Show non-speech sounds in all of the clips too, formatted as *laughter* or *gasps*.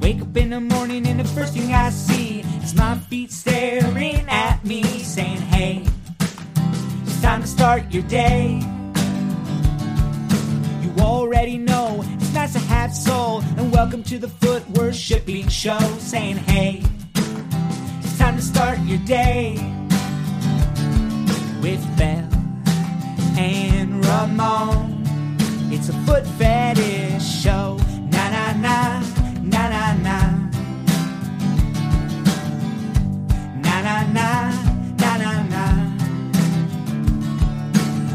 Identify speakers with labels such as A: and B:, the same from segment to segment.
A: Wake up in the morning and the first thing I see is my feet staring at me, saying, Hey, it's time to start your day. You already know it's nice to have soul, and welcome to the foot worshiping show, saying, Hey, it's time to start your day with Bell and Ramon. It's a foot fetish show. Na na na, na na na. Na na na, na na na.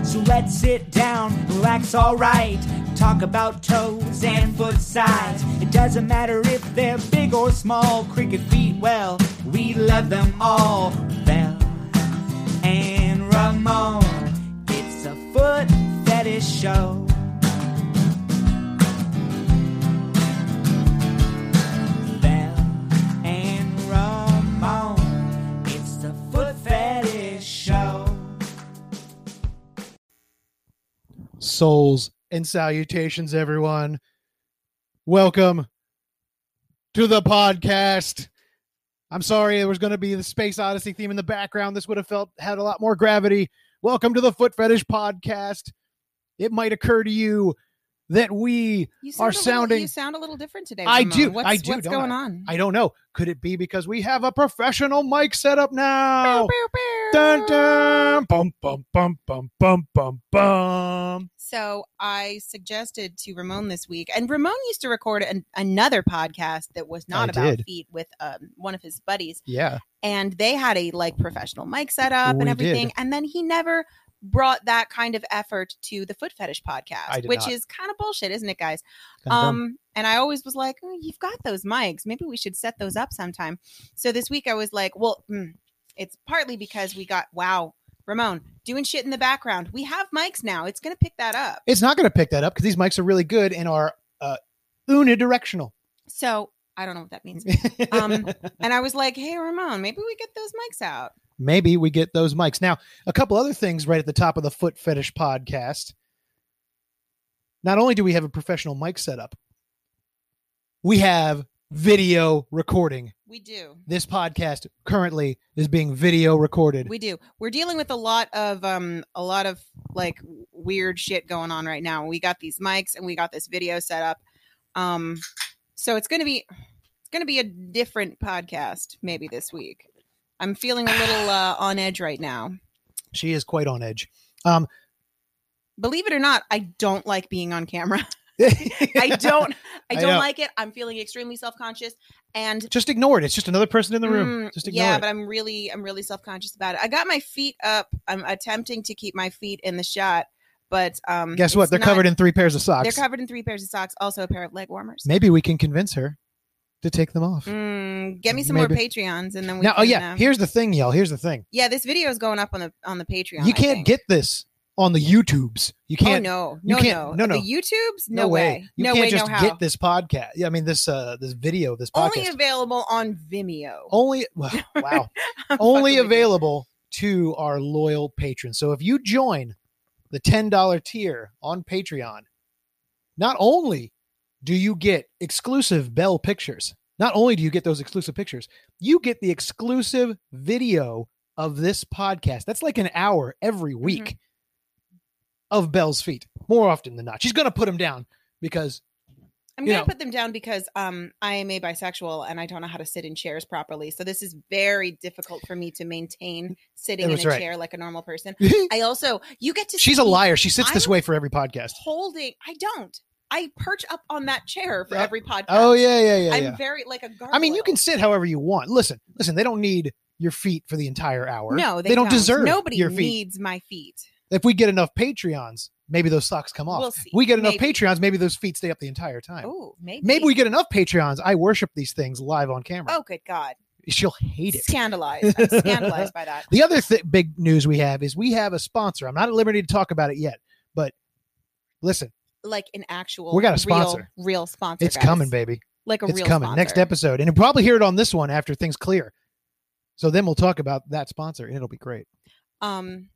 A: So let's sit down, relax, alright. Talk about toes and foot size. It doesn't matter if they're big or small. Cricket feet, well, we love them all. Bell and Ramon. It's a foot fetish show. Bell and Ramon. It's the foot fetish show.
B: souls and salutations everyone welcome to the podcast i'm sorry there was going to be the space odyssey theme in the background this would have felt had a lot more gravity welcome to the foot fetish podcast it might occur to you that we
C: You
B: are
C: sound a little-
B: sounding-
C: you sound a little different today.
B: I
C: Ramon.
B: do,
C: What's,
B: I do,
C: What's
B: don't
C: going on?
B: i don't know could it be because we have a professional mic set up now
C: Pew, pew, pew.
B: dun, dun, bum, bum, bum, bum, bum, bum, bum.
C: So I suggested to Ramon this week, and Ramon used to record an, another podcast that was not
B: I
C: about
B: did.
C: feet with um, one of his buddies,
B: yeah
C: and they had a like professional mic set up
B: We
C: and everything.
B: did.
C: And then he never brought that kind of effort to the foot fetish
B: I
C: podcast,
B: did
C: which
B: not.
C: is kind of bullshit, isn't it, guys?
B: Kinda dumb.
C: Um, and I always was like, oh, you've got those mics. Maybe we should set those up sometime. So this week I was like, well, mm, it's partly because we got wow, Ramon doing shit in the background. We have mics now. It's gonna pick that up.
B: It's not going to pick that up because these mics are really good and are uh, unidirectional.
C: So I don't know what that means. Um, and I was like, hey, Ramon, maybe we get those mics out.
B: *laughs* Maybe we get those mics. Now, a couple other things right at the top of the Foot Fetish podcast. Not only do we have a professional mic setup, we have video recording.
C: We do.
B: This podcast currently is being video recorded.
C: We do. We're dealing with a lot of um a lot of like weird shit going on right now. We got these mics and we got this video set up. Um so it's going to be it's going to be a different podcast maybe this week. I'm feeling a little uh, on edge right now.
B: she is quite on edge.
C: Believe it or not, I don't like being on camera. *laughs*
B: *laughs*
C: I don't
B: I
C: I don't
B: know.
C: like it. I'm feeling extremely self-conscious and
B: Just ignore it. It's just another person in the room.
C: Mm,
B: Just ignore
C: yeah,
B: it.
C: but I'm really, I'm really self conscious about it. I got my feet up. I'm attempting to keep my feet in the shot, but um,
B: Guess what?
C: it's
B: They're
C: not-
B: covered in three pairs of socks.
C: They're covered in three pairs of socks, also a pair of leg warmers.
B: Maybe we can convince her to take them off.
C: Mm, get me some more
B: Maybe.
C: Patreons, and then we
B: Now, oh
C: can,
B: yeah,
C: uh,
B: here's the thing, y'all. Here's the thing.
C: yeah. This video is going up on the on the Patreon.
B: you
C: I
B: can't
C: think.
B: get this on the YouTubes. You can't.
C: oh no,
B: you
C: no,
B: can't-
C: no,
B: no, no.
C: The YouTubes, no, way.
B: You
C: no
B: can't
C: way,
B: just
C: no how.
B: get this podcast. Yeah, I mean this uh this video, this podcast.
C: Only available on Vimeo. *laughs*
B: Only *laughs* wow, wow.
C: I'm
B: only
C: fucking with you.
B: available to our loyal patrons. So if you join the $10 tier on Patreon, not only do you get exclusive Bell pictures, not only do you get those exclusive pictures, you get the exclusive video of this podcast. That's like an hour every
C: Mm-hmm.
B: week of Bell's feet, more often than not. She's going to put them down
C: *laughs*
B: because
C: I'm
B: you
C: going
B: know.
C: to put them down because um, I am a bisexual and I don't know how to sit in chairs properly. So this is very difficult for me to maintain sitting in
B: That's
C: a
B: right.
C: chair like a normal person. I also, you get to.
B: she's a
C: see me
B: liar. She sits this
C: I'm-
B: way for every podcast.
C: Holding, I don't. I perch up on that chair for
B: Yeah.
C: every podcast.
B: Oh, yeah, yeah, yeah.
C: I'm
B: yeah.
C: very like a gargoyle.
B: I mean, you can sit however you want. Listen, listen, they don't need your feet for the entire hour.
C: No, they,
B: don't, deserve
C: Nobody
B: your feet.
C: needs my feet.
B: if we get enough Patreons, maybe those socks come off.
C: We'll see.
B: we get enough
C: Maybe.
B: Patreons, maybe those feet stay up the entire time.
C: Oh, maybe.
B: Maybe we get enough Patreons. I worship these things live on camera.
C: Oh, good God.
B: She'll hate it.
C: Scandalized. I'm
B: *laughs*
C: scandalized by that.
B: The other th- big news we have is we have a sponsor. I'm not at liberty to talk about it yet, but listen,
C: Like an actual.
B: We got a
C: real-
B: sponsor.
C: Real, sponsor.
B: it's
C: guys.
B: coming, baby.
C: Like a
B: It's
C: real
B: coming. Next
C: sponsor.
B: episode. And you'll probably hear it on this one after things clear. So then we'll talk about that sponsor and it'll be great.
C: um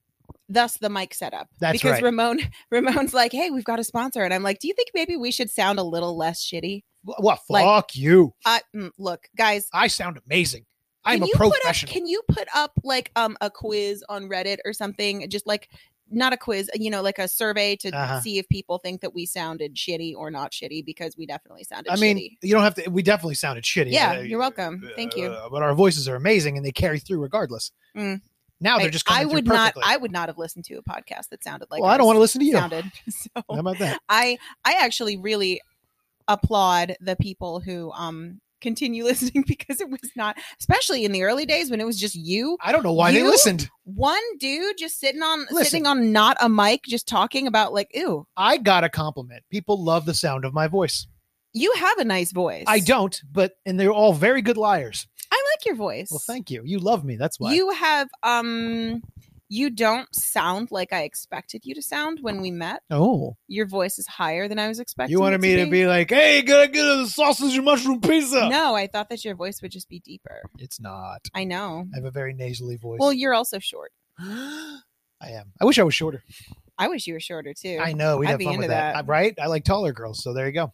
C: thus the mic setup
B: That's
C: because *laughs*
B: right.
C: ramon ramon's like hey we've got a sponsor and i'm like do you think maybe we should sound a little less shitty
B: What?
C: Like-
B: fuck you.
C: Uh, mm, look, guys,
B: I sound amazing. I'm
C: can
B: a
C: you put up-
B: professional.
C: can you put up like um a quiz on Reddit or something? Just like not a quiz, you know, like a survey to
B: Uh-huh.
C: see if people think that we sounded shitty or not shitty because we definitely sounded
B: I mean,
C: shitty.
B: you don't have to. We definitely sounded shitty.
C: Yeah,
B: uh,
C: you're welcome. Thank you.
B: uh, but our voices are amazing and they carry through regardless.
C: Mm.
B: Now they're
C: Like,
B: just.
C: I
B: coming through
C: would not
B: perfectly.
C: I would not have listened to a podcast that sounded like
B: well, I don't want to listen to you.
C: sounded. *laughs* So
B: How about that?
C: I I actually really applaud the people who um continue *laughs* listening because it was not especially in the early days when it was just you
B: I don't know why they
C: You?
B: listened.
C: one dude just sitting on
B: Listen.
C: sitting on not a mic just talking about like ew
B: I got a compliment. People love the sound of my voice.
C: you have a nice voice
B: I don't, but and they're all very good liars.
C: i like your voice
B: Well, thank you. You love me. That's why.
C: you have um you don't sound like i expected you to sound when we met
B: oh,
C: your voice is higher than i was expecting
B: you wanted
C: it
B: me to be like, hey, gotta get a sausage and mushroom pizza.
C: no i thought that your voice would just be deeper
B: It's not.
C: i know
B: I have a very nasally voice.
C: well you're also short
B: I am. I wish I was shorter.
C: i wish you were shorter too
B: I know. We'd
C: I'd
B: have
C: be
B: fun with
C: into
B: that.
C: that.
B: I- Right? I like taller girls. So there you go.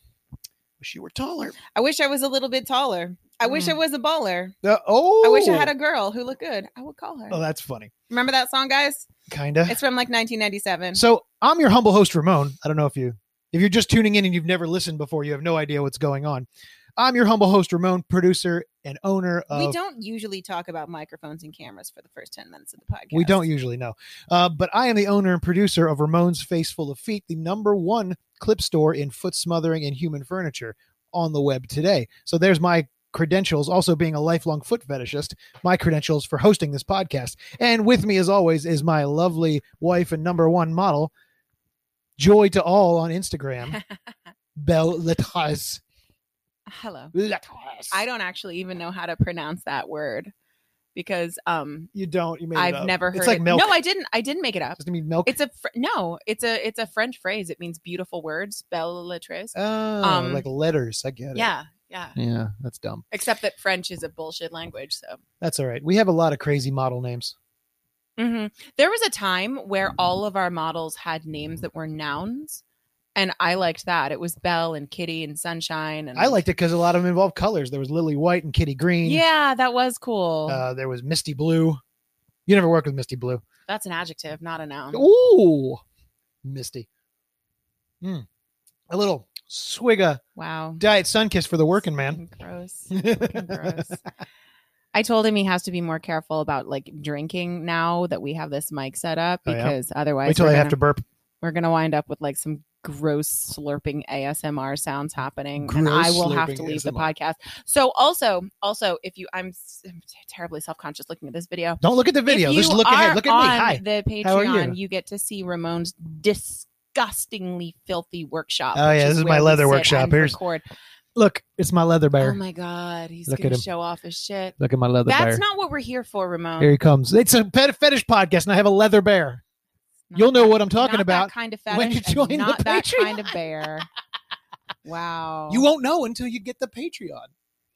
B: Wish you were taller.
C: I wish I was a little bit taller. I wish
B: Mm.
C: I was a baller.
B: Uh, oh.
C: I wish I had a girl who looked good. I would call her.
B: Oh, that's funny.
C: Remember that
B: *sighs*
C: song, guys?
B: Kind of.
C: It's from like 1997.
B: So I'm your humble host, Ramon. I don't know if you, if you're just tuning in and you've never listened before, you have no idea what's going on. I'm your humble host, Ramon, producer and owner of.
C: we don't usually talk about microphones and cameras for the first 10 minutes of the podcast.
B: We don't usually know. Uh, but I am the owner and producer of Ramon's Face Full of Feet, the number one clip store in foot smothering and human furniture on the web today. So there's my credentials, also being a lifelong foot fetishist, my credentials for hosting this podcast. And with me, as always, is my lovely wife and number one model, Joy to All on
C: *laughs*
B: Instagram, Belle Latas.
C: Hello.
B: Latas.
C: I don't actually even know how to pronounce that word because um
B: You don't. You made it
C: I've
B: up.
C: never heard
B: It's like
C: it.
B: milk.
C: No, I didn't I didn't make it up.
B: Doesn't mean milk.
C: It's a fr- no, it's a it's a French phrase. It means beautiful words, belle lettres.
B: oh,
C: um,
B: like letters. I get it.
C: Yeah, yeah.
B: Yeah, that's dumb.
C: Except that French is a bullshit language, so
B: That's all right. We have a lot of crazy model names.
C: hmm There was a time where all of our models had names that were nouns, and I liked that. It was Belle and Kitty and Sunshine, and
B: I liked it because a lot of them involved colors. There was Lily White and Kitty Green.
C: Yeah, that was cool.
B: Uh, there was Misty Blue. You never worked with Misty Blue.
C: That's an adjective, not a noun.
B: Ooh, Misty. Mm. A little swig of
C: Wow.
B: Diet Sun Kiss for the working man. *laughs*
C: Gross. Fucking gross. I told him he has to be more careful about like drinking now that we have this mic set up
B: Oh, yeah?
C: because otherwise
B: Wait till
C: we're
B: I
C: gonna,
B: have to burp.
C: we're gonna wind up with like some gross slurping ASMR sounds happening, and
B: Gross
C: I will have to
B: slurping
C: leave the
B: ASMR.
C: podcast. So also, also, if you, I'm s- I'm terribly self conscious looking at this video.
B: Don't look at the video.
C: If
B: Just
C: you
B: look
C: are
B: ahead. Look at me.
C: on
B: Hi.
C: The
B: How are you?
C: Patreon, you? get to see Ramon's disgustingly filthy workshop.
B: Oh, yeah,
C: which
B: this is my
C: where we
B: leather
C: sit
B: workshop.
C: and
B: Here's-
C: record.
B: Look, it's my leather
C: Oh
B: bear.
C: my god, he's
B: Look at
C: gonna
B: him.
C: show off his shit.
B: look at my leather
C: That's
B: bear.
C: not what we're here for, Ramon.
B: Here he comes. It's a pet fetish podcast, and I have a leather bear.
C: Not
B: You'll know
C: that-
B: what I'm talking
C: not that
B: about
C: kind of
B: when
C: fetish
B: you
C: and
B: join the
C: not that
B: Patreon.
C: kind of
B: *laughs*
C: bear. Wow.
B: You won't know until you get the Patreon.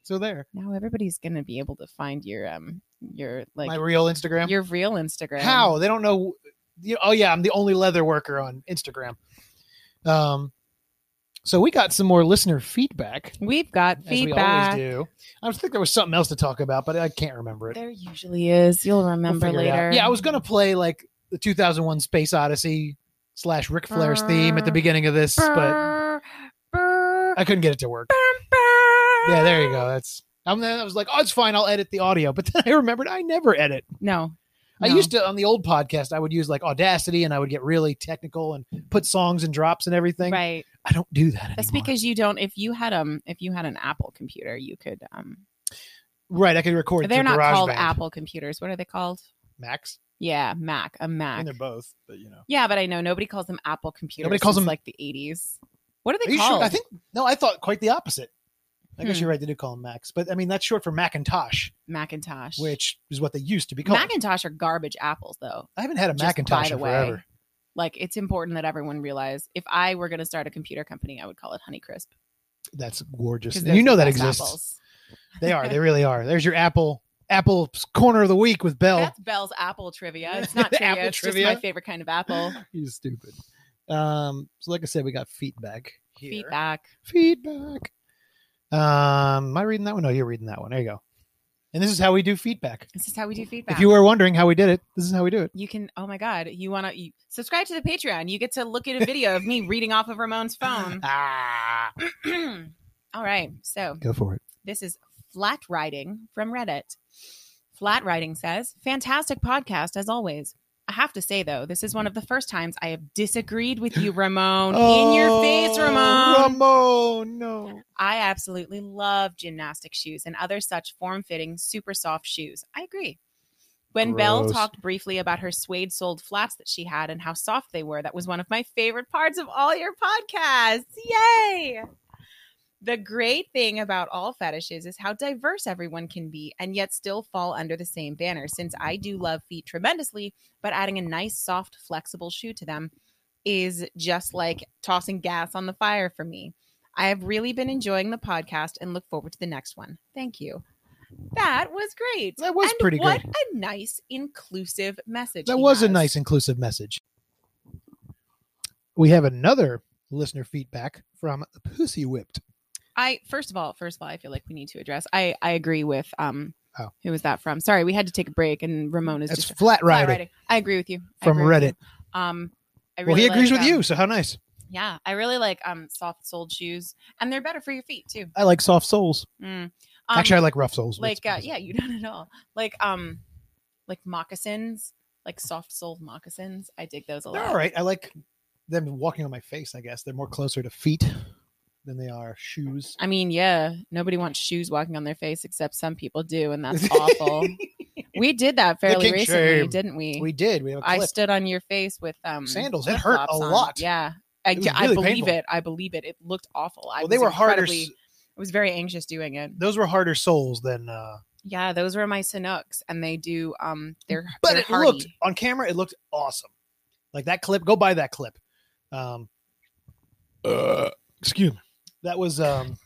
B: So there.
C: now everybody's gonna be able to find your um your like
B: my real Instagram.
C: your real Instagram.
B: How they don't know? you- Oh yeah, I'm the only leather worker on Instagram. Um, so we got some more listener feedback,
C: We've got
B: as we
C: feedback.
B: always do. I was think there was something else to talk about, but I can't remember it.
C: There usually is. You'll
B: We'll
C: remember
B: figure it out.
C: later.
B: Yeah, I was gonna play like the 2001 Space Odyssey slash Ric Flair's theme at the beginning of this, but I couldn't get it to work. Yeah, there you go. That's. I'm, then I was like, oh, it's fine. I'll edit the audio. *laughs* But then I remembered I never edit.
C: No.
B: I used to on the old podcast, I would use like Audacity and I would get really technical and put songs and drops and everything.
C: right.
B: I don't do that
C: That's
B: anymore.
C: because you don't. If you had um, if you had an Apple computer, you could um.
B: right, I can record.
C: They're
B: through
C: not called
B: GarageBand.
C: Apple computers. What are they called?
B: Max,
C: Yeah, Mac. A Mac.
B: and they're both, but you know.
C: Yeah, but I know nobody calls them Apple computers.
B: Nobody calls
C: since,
B: them-
C: like the eighties. What are
B: Are
C: they
B: you
C: called?
B: sure? I think no, I thought quite the opposite. I guess
C: Hmm.
B: you're right. They do call them Max, but I mean that's short for Macintosh,
C: Macintosh.
B: which is what they used to be called.
C: Macintosh are garbage apples though.
B: I haven't had a
C: Just
B: Macintosh
C: by the
B: in
C: way.
B: forever.
C: Like it's important that everyone realize if I were going to start a computer company, I would call it Honeycrisp.
B: That's gorgeous.
C: 'cause
B: And
C: those
B: You
C: are
B: know
C: the
B: that
C: best
B: exists.
C: apples.
B: *laughs* They are.
C: *laughs*
B: They really are. There's your Apple Apple corner of the week with Bell.
C: That's Bell's
B: *laughs*
C: apple trivia. It's not
B: The
C: trivia.
B: apple
C: it's just
B: trivia.
C: my favorite kind
B: *laughs*
C: of apple.
B: He's stupid. Um. So like I said, we got feedback. Here.
C: Feedback.
B: Feedback. Um, am I reading that one? No, you're reading that one. There you go. And this is how we do feedback.
C: This is how we do feedback.
B: If you were wondering how we did it, this is how we do it.
C: you can oh my god you want to subscribe to the patreon you get to look at a video of me reading off of ramon's
B: *laughs*
C: phone *clears throat*
B: Ah,
C: all right so
B: go for it.
C: this is flat riding from reddit flat riding says fantastic podcast as always i have to say though this is one of the first times i have disagreed with you ramon in your face ramon
B: Oh, Ramon, no.
C: I absolutely love gymnastic shoes and other such form fitting, super soft shoes. I agree. When Belle
B: Gross.
C: talked briefly about her suede soled flats that she had and how soft they were, that was one of my favorite parts of all your podcasts. Yay! The great thing about all fetishes is how diverse everyone can be and yet still fall under the same banner. Since I do love feet tremendously, but adding a nice, soft, flexible shoe to them is just like tossing gas on the fire for me. I have really been enjoying the podcast and look forward to the next one. Thank you. That was great.
B: That was
C: And
B: pretty
C: what
B: good.
C: a nice, inclusive message.
B: That
C: he
B: was a
C: has.
B: nice inclusive message. We have another listener feedback from Pussy Whipped.
C: I first of all, first of all, I feel like we need to address. I I agree with um.
B: Oh.
C: Who was that from? Sorry, we had to take a break, and Ramon is
B: That's
C: just
B: flat
C: flat
B: riding,
C: riding. I agree with you I
B: from
C: agree with
B: Reddit.
C: you. Um, I
B: well, he
C: really
B: agrees
C: like,
B: with
C: um,
B: you, so how nice.
C: Yeah, I really like um soft soled shoes, and they're better for your feet too.
B: I like soft soles.
C: Mm. Um,
B: Actually, I like rough soles. but
C: like uh,
B: it's-
C: yeah, you *laughs* don't at all. Like um, like moccasins, like soft soled moccasins. I dig those a
B: They're
C: lot.
B: all right. I like them walking on my face. I guess they're more closer to feet than they are shoes.
C: I mean, yeah, nobody wants shoes walking on their face, except some people do,
B: *laughs*
C: and that's awful. we did that fairly
B: Looking
C: recently,
B: shame.
C: didn't we?
B: we did. We have a
C: I
B: clip.
C: stood on your face with um
B: Sandals. It hurt
C: flip-flops
B: a
C: on.
B: lot.
C: Yeah. I,
B: It was
C: I
B: really
C: believe
B: painful.
C: it. I believe it. It looked awful. I
B: well, they
C: was
B: were harder.
C: incredibly-
B: s-
C: I was very anxious doing it.
B: Those were harder soles than. uh
C: Yeah, those were my Sanooks, and they do. Um, they're
B: But
C: they're
B: it
C: hardy.
B: looked on camera. It looked awesome. Like that clip. Go buy that clip. Um, uh, excuse me. That was um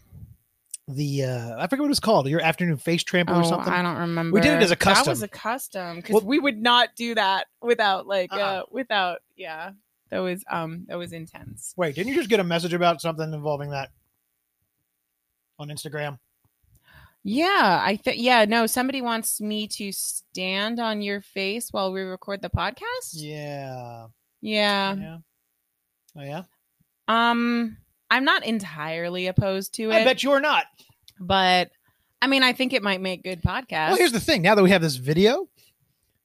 B: the uh I forget what it's called. Your afternoon face trample
C: Oh,
B: or something.
C: I don't remember.
B: We did it as a
C: That was
B: custom.
C: a custom because
B: Well-
C: we would not do that without like uh
B: Uh-uh.
C: without yeah. That was um that was intense.
B: Wait, didn't you just get a message about something involving that on Instagram?
C: Yeah, I think yeah no. Somebody wants me to stand on your face while we record the podcast.
B: Yeah.
C: yeah.
B: yeah. Oh yeah.
C: Um, I'm not entirely opposed to
B: I
C: it,
B: bet you're not.
C: but I mean, I think it might make good podcast.
B: Well, here's the thing. Now that we have this video,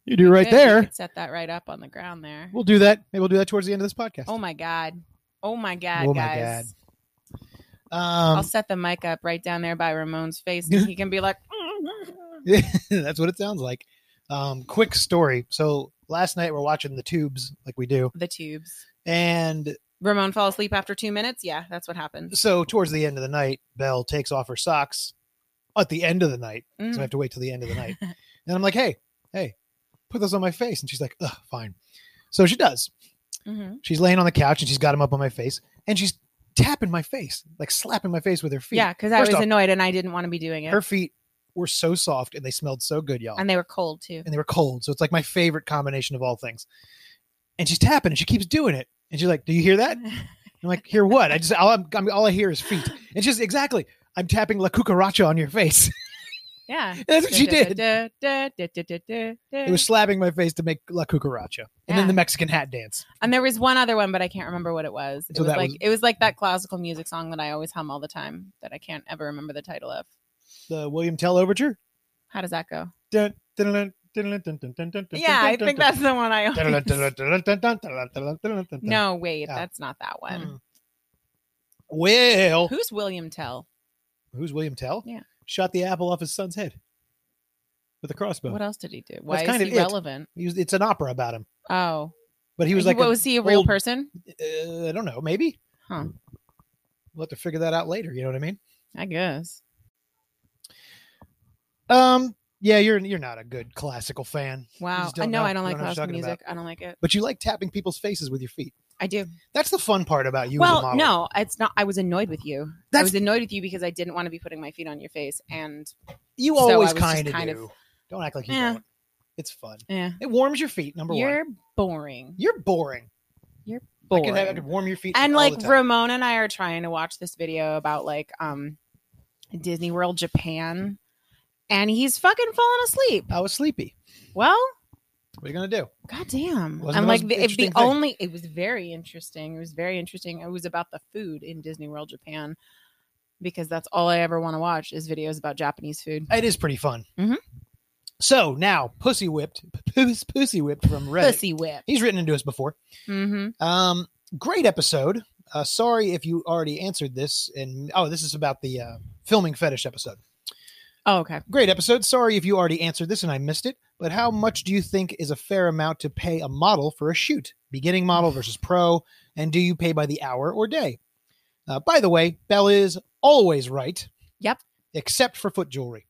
B: you do
C: We
B: right
C: could- we
B: there.
C: could set that right up on the ground there.
B: We'll do that. Maybe we'll do that towards the end of this podcast.
C: Oh my god! Oh my god,
B: Oh my
C: guys! I'll
B: Um,
C: set the mic up right down there by Ramon's face,
B: *laughs*
C: and he can be like,
B: that's what it sounds like. Um, quick story. So last night we're watching the tubes like we do,
C: "The tubes."
B: and
C: Ramon fall asleep after two minutes. Yeah, that's what happens.
B: so towards the end of the night, Belle takes off her socks. At the end of the night, so I
C: Mm.
B: have to wait till the end of the night. And I'm like, hey, hey, put those on my face. And she's like, ugh, fine. So she does.
C: Mhm.
B: She's laying on the couch and she's got them up on my face and she's tapping my face, like slapping my face with her feet.
C: Yeah, because I
B: First
C: was
B: off-
C: annoyed and I didn't want to be doing it,
B: Her feet were so soft and they smelled so good, y'all.
C: and they were cold too.
B: and they were cold. So it's like my favorite combination of all things. And she's tapping and she keeps doing it. And she's like, do you hear that? I'm like, hear what? I just, all, I'm, I'm, all I hear is feet. And she's exactly, I'm tapping La Cucaracha on your face.
C: *laughs*
B: *laughs*
C: yeah,
B: That's what *laughs* she did. It
C: It
B: was slapping my face to make La Cucaracha. And
C: Yeah.
B: then the Mexican hat dance.
C: And there was one other one, but I can't remember what it was. It
B: So
C: was
B: that
C: like
B: was-
C: it was like that classical music song that I always hum all the time that I can't ever remember the title of.
B: The William Tell Overture.
C: How does that go?
B: Dun, dun, dun, dun, dun, dun, dun, dun, dun, dun,
C: Yeah, I
B: dun,
C: think
B: dun, *laughs*
C: that's the one I
B: dun, dun,
C: always...
B: dun, dun, dun, dun, dun, dun, dun, dun, dun.
C: *laughs* No, wait,
B: Yeah.
C: that's not that one.
B: Mm. Well,
C: Who's William Tell?
B: who's William Tell?
C: Yeah.
B: Shot the apple off his son's head with a crossbow.
C: What else did he do? Why
B: kind
C: is
B: of
C: he
B: it.
C: relevant?
B: He was, it's an opera about him,
C: Oh,
B: but he was like,
C: what,
B: a
C: was he a real
B: old-
C: person?
B: Uh, I don't know, maybe.
C: Huh.
B: We'll have to figure that out later. You know what I mean?
C: I guess.
B: Um, yeah, you're you're not a good classical fan,
C: Wow.
B: just
C: I
B: don't
C: know
B: know.
C: I don't
B: You don't know what
C: like
B: you're
C: classical
B: talking about.
C: music. I don't like it.
B: but you like tapping people's faces with your feet.
C: I do.
B: That's the fun part about you. as a
C: well,
B: model.
C: no, it's not. I was annoyed with you. I
B: That's-
C: was annoyed with you because I didn't want to be putting my feet on your face, and
B: you
C: so I
B: always
C: was just
B: kinda
C: kind of-
B: do. Don't act like you
C: Yeah.
B: don't. It's fun.
C: yeah,
B: It warms your feet. Number one.
C: you're boring.
B: You're Eh. boring.
C: Boring.
B: I could, have, I could warm your feet.
C: and
B: all
C: like
B: the time.
C: Ramon and I are trying to watch this video about like um Disney World Japan, and he's fucking falling asleep.
B: I was sleepy.
C: Well,
B: What are you gonna do?
C: goddamn.
B: Wasn't
C: I'm
B: the
C: like,
B: most
C: the- if the
B: interesting thing.
C: only, it was very interesting. It was very interesting. It was about the food in Disney World Japan because that's all I ever want to watch is videos about Japanese food.
B: It is pretty fun.
C: Mhm.
B: So now, pussy whipped, *laughs* puss, pussy whipped from Reddit.
C: Pussy whip.
B: He's written into us before.
C: Mm-hmm.
B: Um, great episode. Uh, sorry if you already answered this. And oh, this is about the uh, filming fetish episode.
C: Oh, okay.
B: Great episode. Sorry if you already answered this and I missed it. But how much do you think is a fair amount to pay a model for a shoot? Beginning model
C: *sighs*
B: versus pro, and do you pay by the hour or day? Uh, by the way, Belle is always right.
C: Yep.
B: Except for foot jewelry.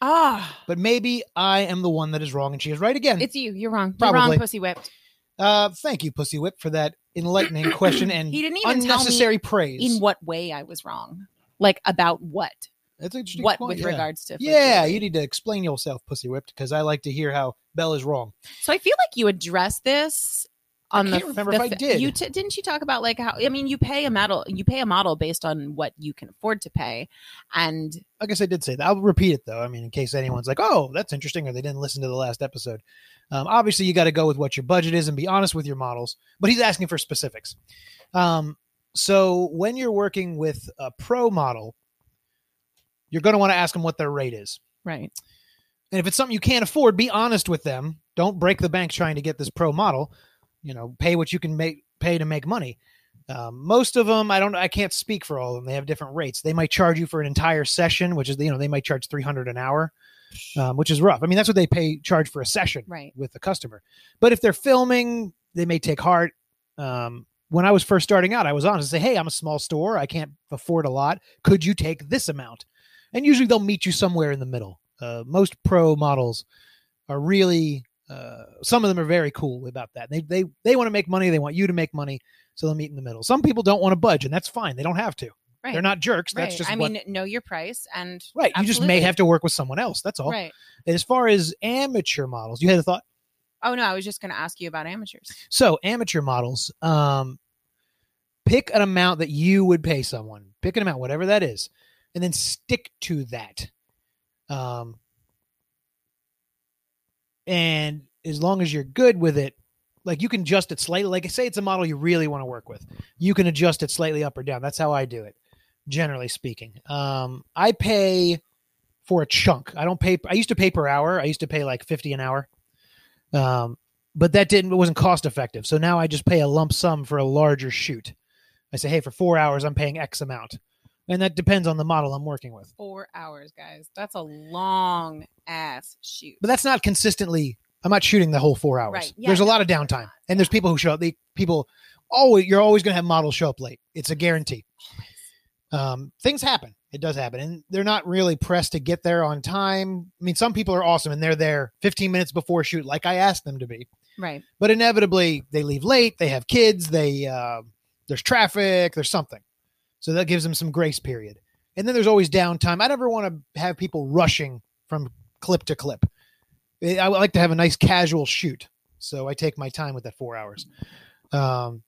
C: Ah,
B: But maybe I am the one that is wrong and she is right again.
C: it's you. You're wrong. You're
B: Probably.
C: wrong. Pussy whipped.
B: Uh, thank you, Pussy Whip, for that
C: *clears throat*
B: enlightening question and
C: He didn't even tell me
B: unnecessary praise.
C: in what way I was wrong. Like about what?
B: That's an interesting
C: What
B: point,
C: with
B: yeah.
C: regards to? food
B: Yeah,
C: jewelry.
B: you need to explain yourself, Pussy Whipped, because I like to hear how Belle is wrong.
C: So I feel like you addressed this on
B: can't
C: the.
B: remember
C: the
B: if I
C: fa-
B: did.
C: You t- didn't you talk about like how? I mean, you pay a model. You pay a model based on what you can afford to pay, and
B: I guess I did say that. I'll repeat it though. I mean, in case anyone's like, "Oh, that's interesting," or they didn't listen to the last episode. Um, obviously, you got to go with what your budget is and be honest with your models. But he's asking for specifics. Um, so when you're working with a pro model, you're going to want to ask them what their rate is.
C: right.
B: And if it's something you can't afford, be honest with them. Don't break the bank trying to get this pro model. You know, pay what you can make pay to make money. Um, most of them, I don't, I can't speak for all of them. They have different rates. They might charge you for an entire session, which is you know they might charge three hundred an hour, um, which is rough. I mean, that's what they pay charge for a session
C: Right.
B: with the customer. But if they're filming, they may take heart. Um, when I was first starting out, I was honest and say, "Hey, I'm a small store. I can't afford a lot. Could you take this amount?" And usually they'll meet you somewhere in the middle. Uh, most pro models are really uh, some of them are very cool about that. They they they want to make money. They want you to make money, so they'll meet in the middle. Some people don't want to budge, and that's fine. They don't have to.
C: Right.
B: They're not jerks. That's
C: right.
B: just
C: I
B: what-
C: mean, know your price and
B: right. You just may
C: absolutely.
B: have to work with someone else. That's all.
C: right.
B: As far as amateur models, you had a thought.
C: Oh no, I was just going to ask you about amateurs.
B: So amateur models, um, pick an amount that you would pay someone. Pick an amount, whatever that is, and then stick to that. Um, and as long as you're good with it, like you can adjust it slightly. Like say it's a model you really want to work with, you can adjust it slightly up or down. That's how I do it, generally speaking. Um, I pay for a chunk. I don't pay. I used to pay per hour. I used to pay like fifty an hour. Um, but that didn't it wasn't cost effective. So now I just pay a lump sum for a larger shoot. I say, hey, for four hours, I'm paying X amount, and that depends on the model I'm working with.
C: Four hours, guys. That's a long ass shoot.
B: But that's not consistently. I'm not shooting the whole four hours.
C: Right. Yeah,
B: there's a
C: no,
B: lot of
C: of course
B: downtime,
C: not.
B: and there's people who show up. They people always you're always going to have models show up late. It's a guarantee. Um, things happen. It does happen, and they're not really pressed to get there on time. I mean, some people are awesome, and they're there 15 minutes before shoot, like I asked them to be.
C: Right.
B: but inevitably they leave late they have kids they uh, there's traffic there's something so that gives them some grace period and then there's always downtime i never want to have people rushing from clip to clip i I would like to have a nice casual shoot so i take my time with that four hours um,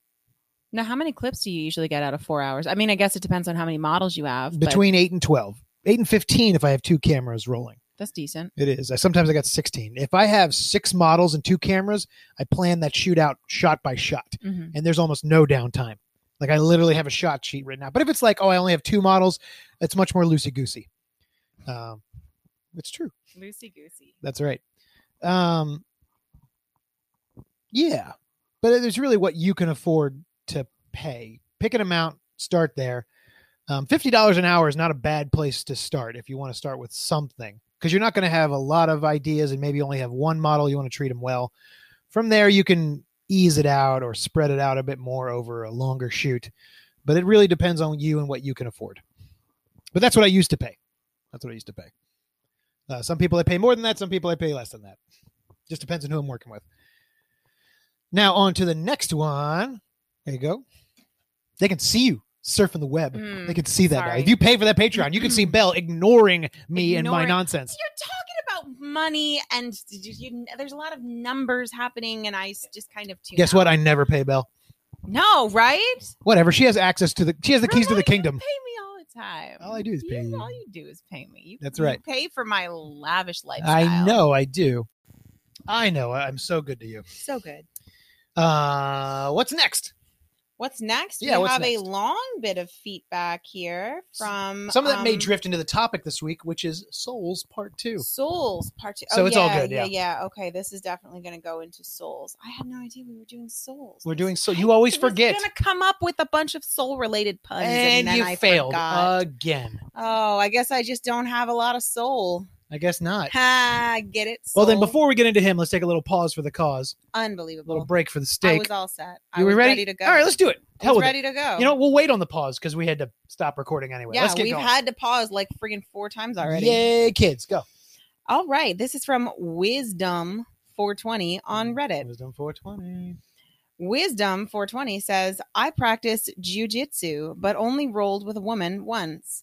C: Now, how many clips do you usually get out of four hours? I mean, I guess it depends on how many models you have. but
B: between 8 and 12 8 and 15 if i have two cameras rolling
C: that's decent.
B: it is i sometimes i got 16 if i have six models and two cameras i plan that shoot out shot by shot
C: Mm-hmm.
B: and there's almost no downtime. Like I literally have a shot sheet written out. But if it's like, oh, I only have two models, it's much more loosey goosey. Um, it's true.
C: Loosey goosey.
B: That's right. Um, yeah, but it's really what you can afford to pay. Pick an amount, start there. Um, Fifty dollars an hour is not a bad place to start if you want to start with something, because you're not going to have a lot of ideas and maybe only have one model. You want to treat them well. From there, you can ease it out or spread it out a bit more over a longer shoot, but it really depends on you and what you can afford. But that's what I used to pay. That's what I used to pay. Uh, some people I pay more than that. Some people I pay less than that. Just depends on who I'm working with. Now on to the next one. There you go. They can see you surfing the web.
C: Mm,
B: they can see that now.
C: sorry.
B: If you pay for that Patreon, you can see Bell ignoring me and my
C: Ignoring-
B: nonsense.
C: You're talking about money, and you, you, there's a lot of numbers happening, and I s- just kind of tune.
B: Guess what? I never pay Bell.
C: no, right?
B: *laughs* Whatever. She has access to the. She has the keys to the
C: Right, you
B: kingdom.
C: Pay me all the time.
B: All I do is pay
C: You-
B: you.
C: All you do is pay me. You,
B: That's
C: you
B: right.
C: Pay for my lavish lifestyle.
B: I know I do. I know I- I'm so good to you.
C: So good.
B: Uh, what's next?
C: What's next?
B: Yeah,
C: we
B: what's
C: have
B: next?
C: a long bit of feedback here from
B: Some of that may
C: um,
B: drift into the topic this week, which is Souls Part Two.
C: Souls part two.
B: So
C: oh,
B: it's
C: yeah,
B: all good,
C: Yeah, yeah. Okay, this is definitely going to go into souls. I had no idea we were doing souls.
B: We're
C: This-
B: doing so.
C: I
B: You always
C: was
B: forget,
C: gonna come up with a bunch of soul related puns,
B: and,
C: and, then
B: you
C: I
B: failed
C: forgot.
B: again.
C: oh, I guess I just don't have a lot of soul. *laughs*
B: I guess not.
C: Ha! Get it?
B: Well, then
C: Soul?
B: before we get into him, let's take a little pause for the cause, a
C: unbelievable.
B: little break for the
C: I
B: steak.
C: was all set. I
B: You
C: was
B: were
C: ready?
B: ready?
C: to go.
B: All right, let's do it.
C: I
B: Hell
C: was
B: with
C: ready
B: it.
C: to go.
B: You know, what? we'll wait on the pause because we had to stop recording anyway.
C: yeah,
B: let's get
C: we've
B: going.
C: had to pause like friggin' four times already.
B: Yay, kids, go.
C: All right, this is from Wisdom 420
B: Mm.
C: on Reddit.
B: Wisdom 420.
C: Wisdom 420 says, I practiced jujitsu, but only rolled with a woman once.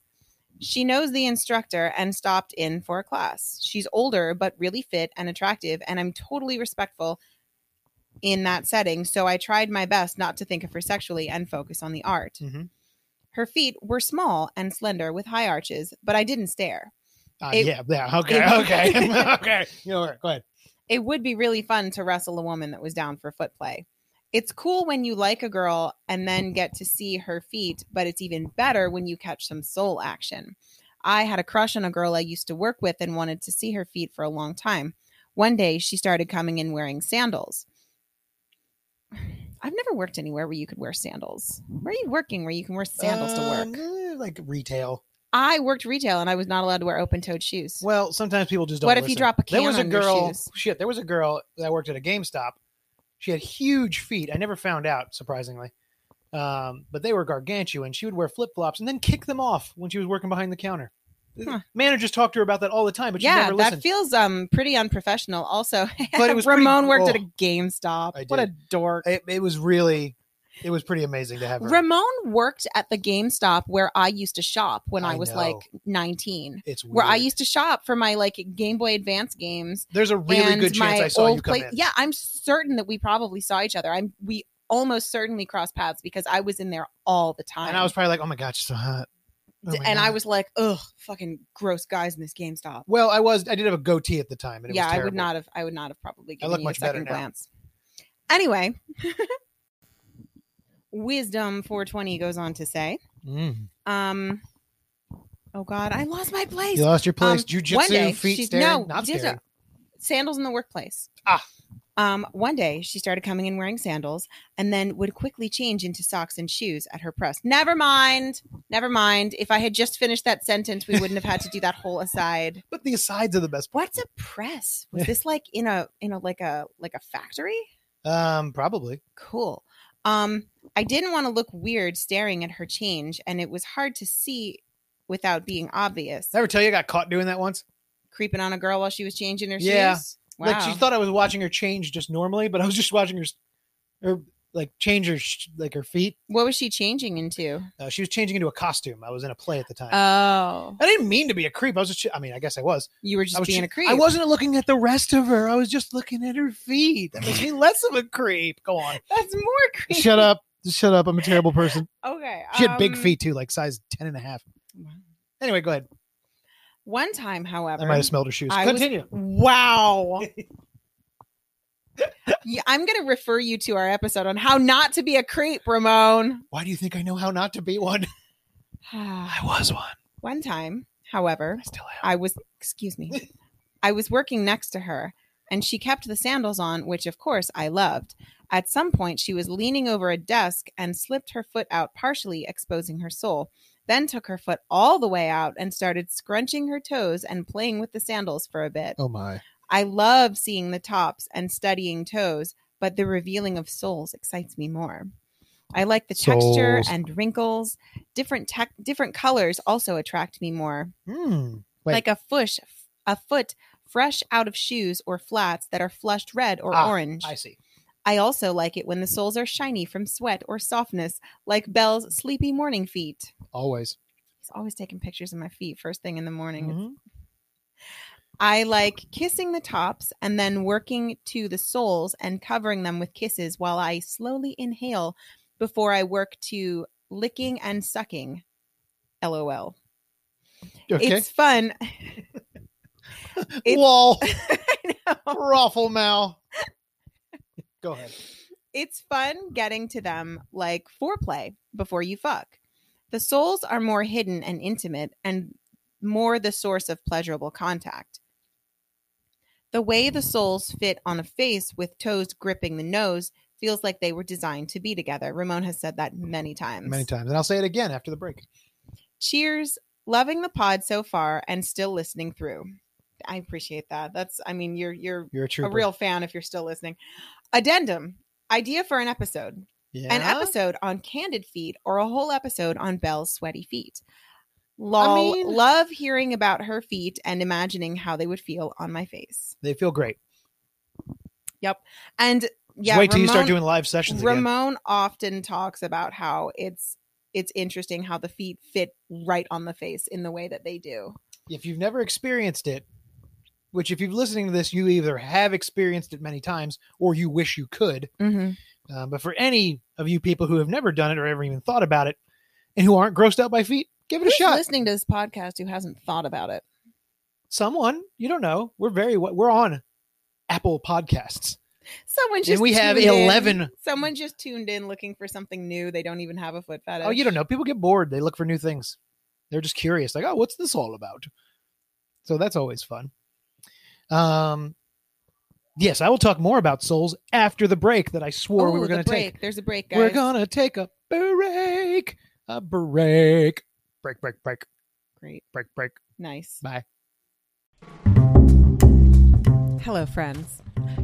C: She knows the instructor and stopped in for a class. She's older, but really fit and attractive, and I'm totally respectful in that setting. So I tried my best not to think of her sexually and focus on the art.
B: Mhm.
C: Her feet were small and slender with high arches, but I didn't stare.
B: Uh,
C: It-
B: yeah,
C: *laughs*
B: yeah. Okay,
C: it-
B: okay, *laughs* okay. You know, all right, go ahead.
C: It would be really fun to wrestle a woman that was down for foot play. It's cool when you like a girl and then get to see her feet, but it's even better when you catch some soul action. I had a crush on a girl I used to work with and wanted to see her feet for a long time. One day she started coming in wearing sandals. I've never worked anywhere where you could wear sandals. Where are you working where you can wear sandals
B: Um,
C: to work?
B: eh, Like retail.
C: I worked retail and I was not allowed to wear open toed shoes.
B: Well, sometimes people just don't.
C: What if you
B: listen.
C: drop a
B: There was a
C: can on your
B: girl.
C: shoes?
B: Shit, there was a girl that worked at a GameStop. She had huge feet. I never found out, surprisingly, um, but they were gargantuan. She would wear flip flops and then kick them off when she was working behind the counter.
C: Huh.
B: Managers talked to her about that all the time, but she
C: yeah,
B: never
C: that
B: listened.
C: feels um pretty unprofessional. Also, *laughs*
B: But it was pretty-
C: Ramon worked at
B: oh.
C: a GameStop.
B: I
C: What a dork.
B: it, it was really, it was pretty amazing to have her.
C: Ramon worked at the GameStop where I used to shop when I,
B: I
C: was
B: know.
C: like 19.
B: it's weird.
C: Where I used to shop for my like Game Boy Advance games
B: There's a really
C: and
B: good chance
C: my
B: I saw
C: old
B: you come
C: pla-
B: in.
C: Yeah, I'm certain that we probably saw each other. I'm we almost certainly crossed paths because I was in there all the time.
B: and I was probably like, "Oh my god, she's so hot." Oh my
C: and I
B: God.
C: was like, ugh, fucking gross guys in this GameStop.
B: Well, I was. I did have a goatee at the time, and it
C: yeah,
B: was
C: I would
B: terrible.
C: not have. I would not have probably given
B: look
C: you
B: much
C: a
B: better
C: second
B: now.
C: glance. Anyway, *laughs* wisdom 420 goes on to say,
B: Mm.
C: um, "Oh God, I lost my place.
B: You lost your place.
C: Um, one day
B: Jujitsu, feet
C: she's-
B: staring,
C: no,
B: not
C: jujitsu.
B: staring.
C: Sandals in the workplace."
B: Ah.
C: Um, one day she started coming in wearing sandals and then would quickly change into socks and shoes at her press. Never mind. Never mind. If I had just finished that sentence, we wouldn't have had to do that
B: *laughs*
C: whole aside.
B: But the asides are the best.
C: What's a press? Was this like in a in a like a like a factory?
B: Um, probably.
C: Cool. Um, I didn't want to look weird staring at her change, and it was hard to see without being obvious.
B: Did I ever tell you I got caught doing that once?
C: Creeping on a girl while she was changing her
B: Yeah.
C: shoes. Wow.
B: Like she thought I was watching her change just normally, but I was just watching her, s- her like change her sh- like her feet.
C: what was she changing into?
B: Uh, she was changing into a costume. I was in a play at the time.
C: Oh,
B: I didn't mean to be a creep. I was just. I mean, I guess I was.
C: you were
B: I
C: just
B: was
C: being
B: ju-
C: a creep.
B: Oh, I wasn't looking at the rest of her. I was just looking at her feet. That *laughs* makes me less of a creep. Go on.
C: That's more creepy.
B: Shut up. Just shut up. I'm a *laughs* terrible person.
C: Okay.
B: She had big
C: um,
B: feet too, like size 10 and a half.
C: wow.
B: Anyway, go ahead.
C: One time, however,
B: I might have smelled her shoes.
C: I was-
B: Continue.
C: Wow. *laughs* yeah, I'm going to refer you to our episode on how not to be a creep, Ramon. *sighs*
B: Why do you think I know how not to be one? *laughs* was one.
C: One time, however,
B: still
C: I was, excuse me, I was working next to her and she kept the sandals on, which of course I loved. At some point, she was leaning over a desk and slipped her foot out, partially exposing her sole, then took her foot all the way out and started scrunching her toes and playing with the sandals for a bit.
B: Oh my.
C: I love seeing the tops and studying toes, but the revealing of soles excites me more. I like the texture
B: Soles.
C: and wrinkles. Different tech, different colors also attract me more.
B: Hmm. Wait.
C: Like a fush, a foot fresh out of shoes or flats that are flushed red or
B: Ah,
C: orange.
B: I
C: I,
B: see.
C: also like it when the soles are shiny from sweat or softness, like Belle's sleepy morning feet.
B: Always.
C: He's always taking pictures of my feet first thing in the morning. It's
B: Mhm.
C: I like kissing the tops and then working to the soles and covering them with kisses while I slowly inhale before I work to licking and sucking. LOL.
B: Okay.
C: It's fun.
B: *laughs*
C: it's-
B: Lol.
C: I know.
B: Ruffle *laughs* Mal. Go ahead.
C: It's fun getting to them like foreplay before you fuck. The souls are more hidden and intimate and more the source of pleasurable contact. The way the souls fit on a face with toes gripping the nose feels like they were designed to be together. Ramon has said that many times.
B: Many times. And I'll say it again after the break.
C: Cheers. Loving the pod so far and still listening through. I appreciate that. That's I mean you're you're
B: You're a true
C: a real fan if you're still listening. Addendum. Idea for an episode.
B: yeah.
C: An episode on candid feet or a whole episode on Belle's sweaty feet.
B: I
C: Lol,
B: mean-
C: love hearing about her feet and imagining how they would feel on my face.
B: They feel great.
C: And
B: Just
C: yeah,
B: wait till you start
C: Ramon-
B: doing live sessions again.
C: Ramon often talks about how it's it's interesting how the feet fit right on the face in the way that they do.
B: If you've never experienced it, which if you're listening to this, you either have experienced it many times or you wish you could.
C: Mm-hmm.
B: Um, but for any of you people who have never done it or ever even thought about it and who aren't grossed out by feet, give it a
C: Who's
B: shot.
C: listening to this podcast who hasn't thought about it?
B: Someone, you don't know. We're very, we're on Apple Podcasts.
C: Someone just
B: and we have
C: tuned in.
B: 11
C: Someone just tuned in looking for something new. They don't even have a foot fetish.
B: Oh, you don't know. People get bored. They look for new things. They're just curious, like, oh, what's this all about? So that's always fun. Um, yes, I will talk more about souls after the break that I swore we
C: Oh,
B: were
C: the
B: going to take.
C: break. There's a break, guys.
B: We're gonna take a break. A break. Break. Break. Break.
C: Great,
B: Break. Break.
C: nice.
B: Bye.
C: Hello, friends.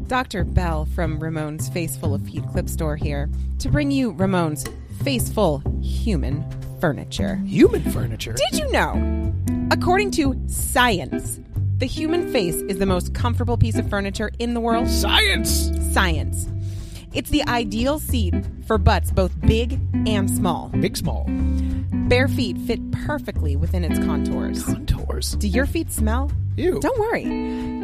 C: Dr. Bell from Ramon's Faceful of Feet Clip Store here to bring you Ramon's Faceful Human Furniture.
B: Human furniture.
C: Did you know? According to science, the human face is the most comfortable piece of furniture in the world.
B: Science.
C: Science. It's the ideal seat for butts both big and small.
B: Big small
C: Bare feet fit perfectly within its contours.
B: contours.
C: Do your feet smell?
B: Ew.
C: Don't worry.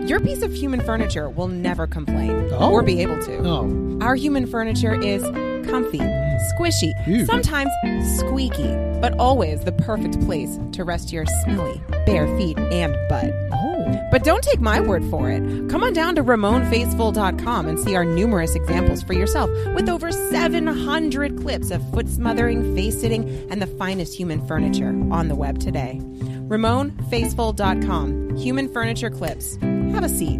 C: Your piece of human furniture will never complain
B: Oh.
C: or be able to.
B: Oh,
C: Our human furniture is comfy, squishy,
B: Ew.
C: sometimes squeaky, but always the perfect place to rest your smelly, bare feet and butt.
B: oh,
C: But don't take my word for it. Come on down to RamonFaceful.com and see our numerous examples for yourself with over 700 clips of foot smothering, face sitting, and the finest human furniture on the web today. RamonFaceful.com. Human furniture clips. Have a seat.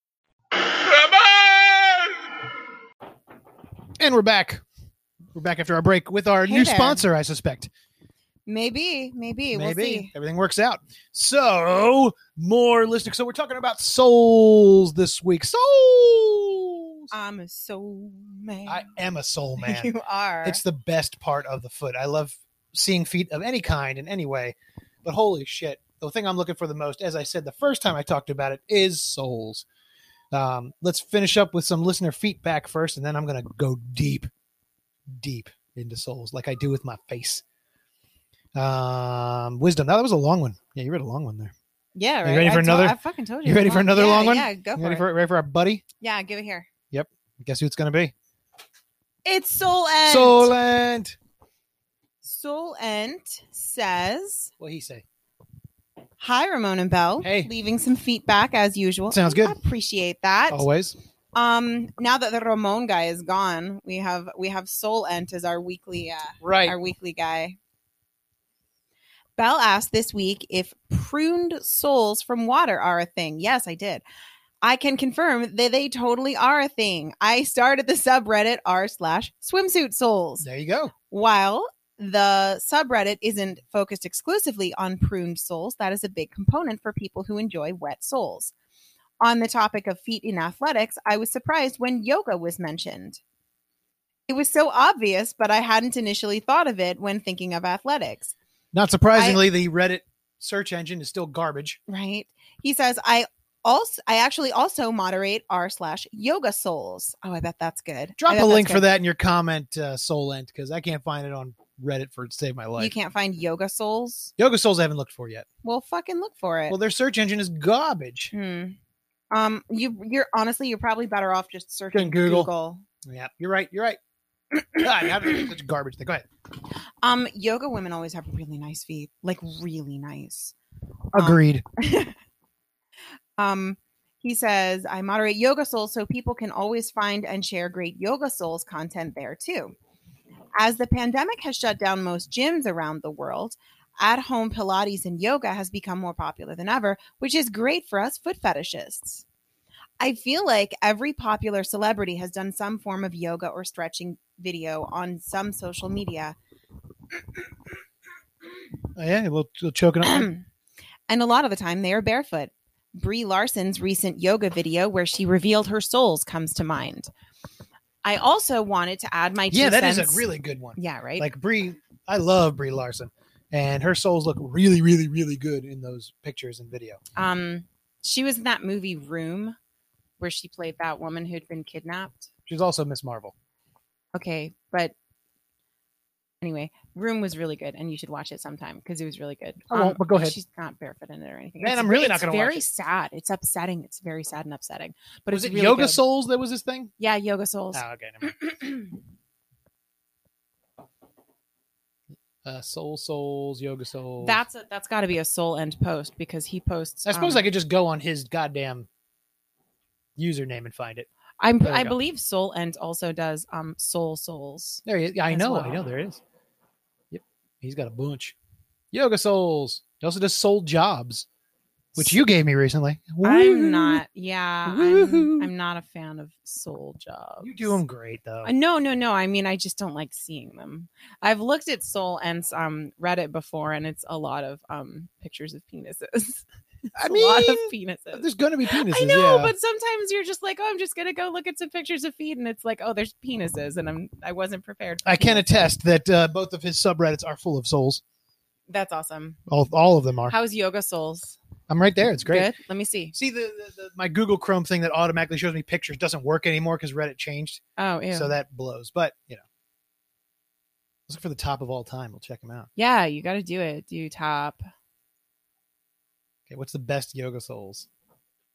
B: and we're back. We're back after our break with our
C: Hey
B: new
C: there.
B: sponsor, I suspect.
C: Maybe, maybe. We'll see.
B: everything works out. So more listening. So we're talking about souls this week. Souls.
C: I'm so mad.
B: I am a soul man.
C: *laughs* you are.
B: it's the best part of the foot. I love seeing feet of any kind in any way. But holy shit, the thing I'm looking for the most, as I said the first time I talked about it, is souls. Um, let's finish up with some listener feedback first, and then I'm gonna go deep, deep into souls, like I do with my face. Um, wisdom. That was a long one. Yeah, you read a long one there.
C: yeah.
B: you
C: Right?
B: ready for
C: I told-
B: another-
C: I fucking told you.
B: you
C: it was
B: ready for another
C: yeah,
B: long one?
C: Yeah, go
B: You
C: for
B: ready
C: it.
B: for it? Ready for our buddy?
C: Yeah, give it here.
B: Guess who it's gonna be?
C: It's Soul End.
B: Solent.
C: Soul End says,
B: What he say?
C: "Hi, Ramon and Bell.
B: Hey.
C: leaving some feedback as usual.
B: Sounds good. Oh,
C: Appreciate that.
B: Always.
C: Um, now that the Ramon guy is gone, we have we have Soul End as our weekly uh,
B: Right.
C: our weekly guy. Bell asked this week if pruned souls from water are a thing. Yes, I did. I can confirm that they totally are a thing. I started the subreddit r slash swimsuit souls.
B: There you go.
C: While the subreddit isn't focused exclusively on pruned soles, that is a big component for people who enjoy wet soles. On the topic of feet in athletics, I was surprised when yoga was mentioned. It was so obvious, but I hadn't initially thought of it when thinking of athletics.
B: Not surprisingly, the Reddit search engine is still garbage.
C: Right? He says, I also I actually also moderate r slash yoga souls. Oh, I bet that's good. I
B: Drop
C: bet
B: a link
C: that's
B: for
C: good.
B: that in your comment, uh, Soul End, because I can't find it on Reddit for Save My
C: You
B: Life.
C: can't find yoga souls.
B: Yoga Souls I haven't looked for yet.
C: Well, fucking look for it.
B: Well, their search engine is garbage.
C: Hmm. Um, you you're honestly you're probably better off just searching
B: Google.
C: Google. Mm.
B: Yeah, you're right. You're right. *clears throat* God, how did I such garbage thing? Go ahead.
C: Um, yoga women always have really nice feet, like really nice. Um,
B: Agreed.
C: Um, he says I moderate Yoga Souls so people can always find and share great Yoga Souls content there too. As the pandemic has shut down most gyms around the world, at-home Pilates and yoga has become more popular than ever, which is great for us foot fetishists. I feel like every popular celebrity has done some form of yoga or stretching video on some social media.
B: Oh, yeah, a little, little choking up.
C: *clears throat* and a lot of the time they are barefoot. Brie Larson's recent yoga video where she revealed her soles comes to mind. I also wanted to add my
B: yeah,
C: two
B: that is
C: cents-
B: a really good one.
C: yeah right
B: Like Brie, I love Brie Larson, and her soles look really, really, really good in those pictures and video.
C: um she was in that movie Room where she played that woman who'd been kidnapped.
B: She's also Miss Marvel.
C: Okay, but anyway, Room was really good and you should watch it sometime because it was really good. Um,
B: I won't, but go ahead.
C: She's not barefoot in it or anything.
B: Man,
C: It's-
B: I'm really not
C: it's
B: gonna watch
C: Very
B: it.
C: sad. It's upsetting. It's very sad and upsetting. But
B: was
C: it's
B: it
C: really
B: Yoga
C: good.
B: Souls that was this thing?
C: Yeah, Yoga Souls.
B: Oh, okay. Never mind. Uh, soul Souls, Yoga Souls.
C: That's a, that's got to be a soul end post because he posts.
B: I suppose
C: um,
B: I could just go on his goddamn username and find it.
C: I'm,
B: there we
C: I
B: go.
C: believe soul end also does um soul souls.
B: There he is. Yeah, I
C: As
B: know. I
C: well.
B: know. There it is. Yep. He's got a bunch. Yoga Souls. He also does Soul Jobs, which you gave me recently. Woo.
C: I'm not. Yeah, I'm,
B: Woohoo.
C: I'm not a fan of soul jobs.
B: You do them great though.
C: Uh, no, no, no. I mean, I just don't like seeing them. I've looked at soul end's um Reddit before, and it's a lot of um pictures of penises. *laughs* It's
B: I
C: a lot of
B: mean,
C: penises.
B: There's going to be penises.
C: I know,
B: yeah.
C: but sometimes you're just like, oh, I'm just gonna go look at some pictures of feet, and it's like, oh, there's penises, and I'm I wasn't prepared. for
B: I can
C: penises.
B: attest that uh, both of his subreddits are full of souls.
C: That's awesome.
B: All, all of them are.
C: How's Yoga Souls?
B: I'm right there. It's great.
C: Good. Let me see.
B: See the, the, the my Google Chrome thing that automatically shows me pictures doesn't work anymore because Reddit changed.
C: Oh, ew.
B: So that blows. But you know, let's look for the top of all time. We'll check them out.
C: yeah, you got to do it. Do top.
B: Okay, what's the best yoga souls?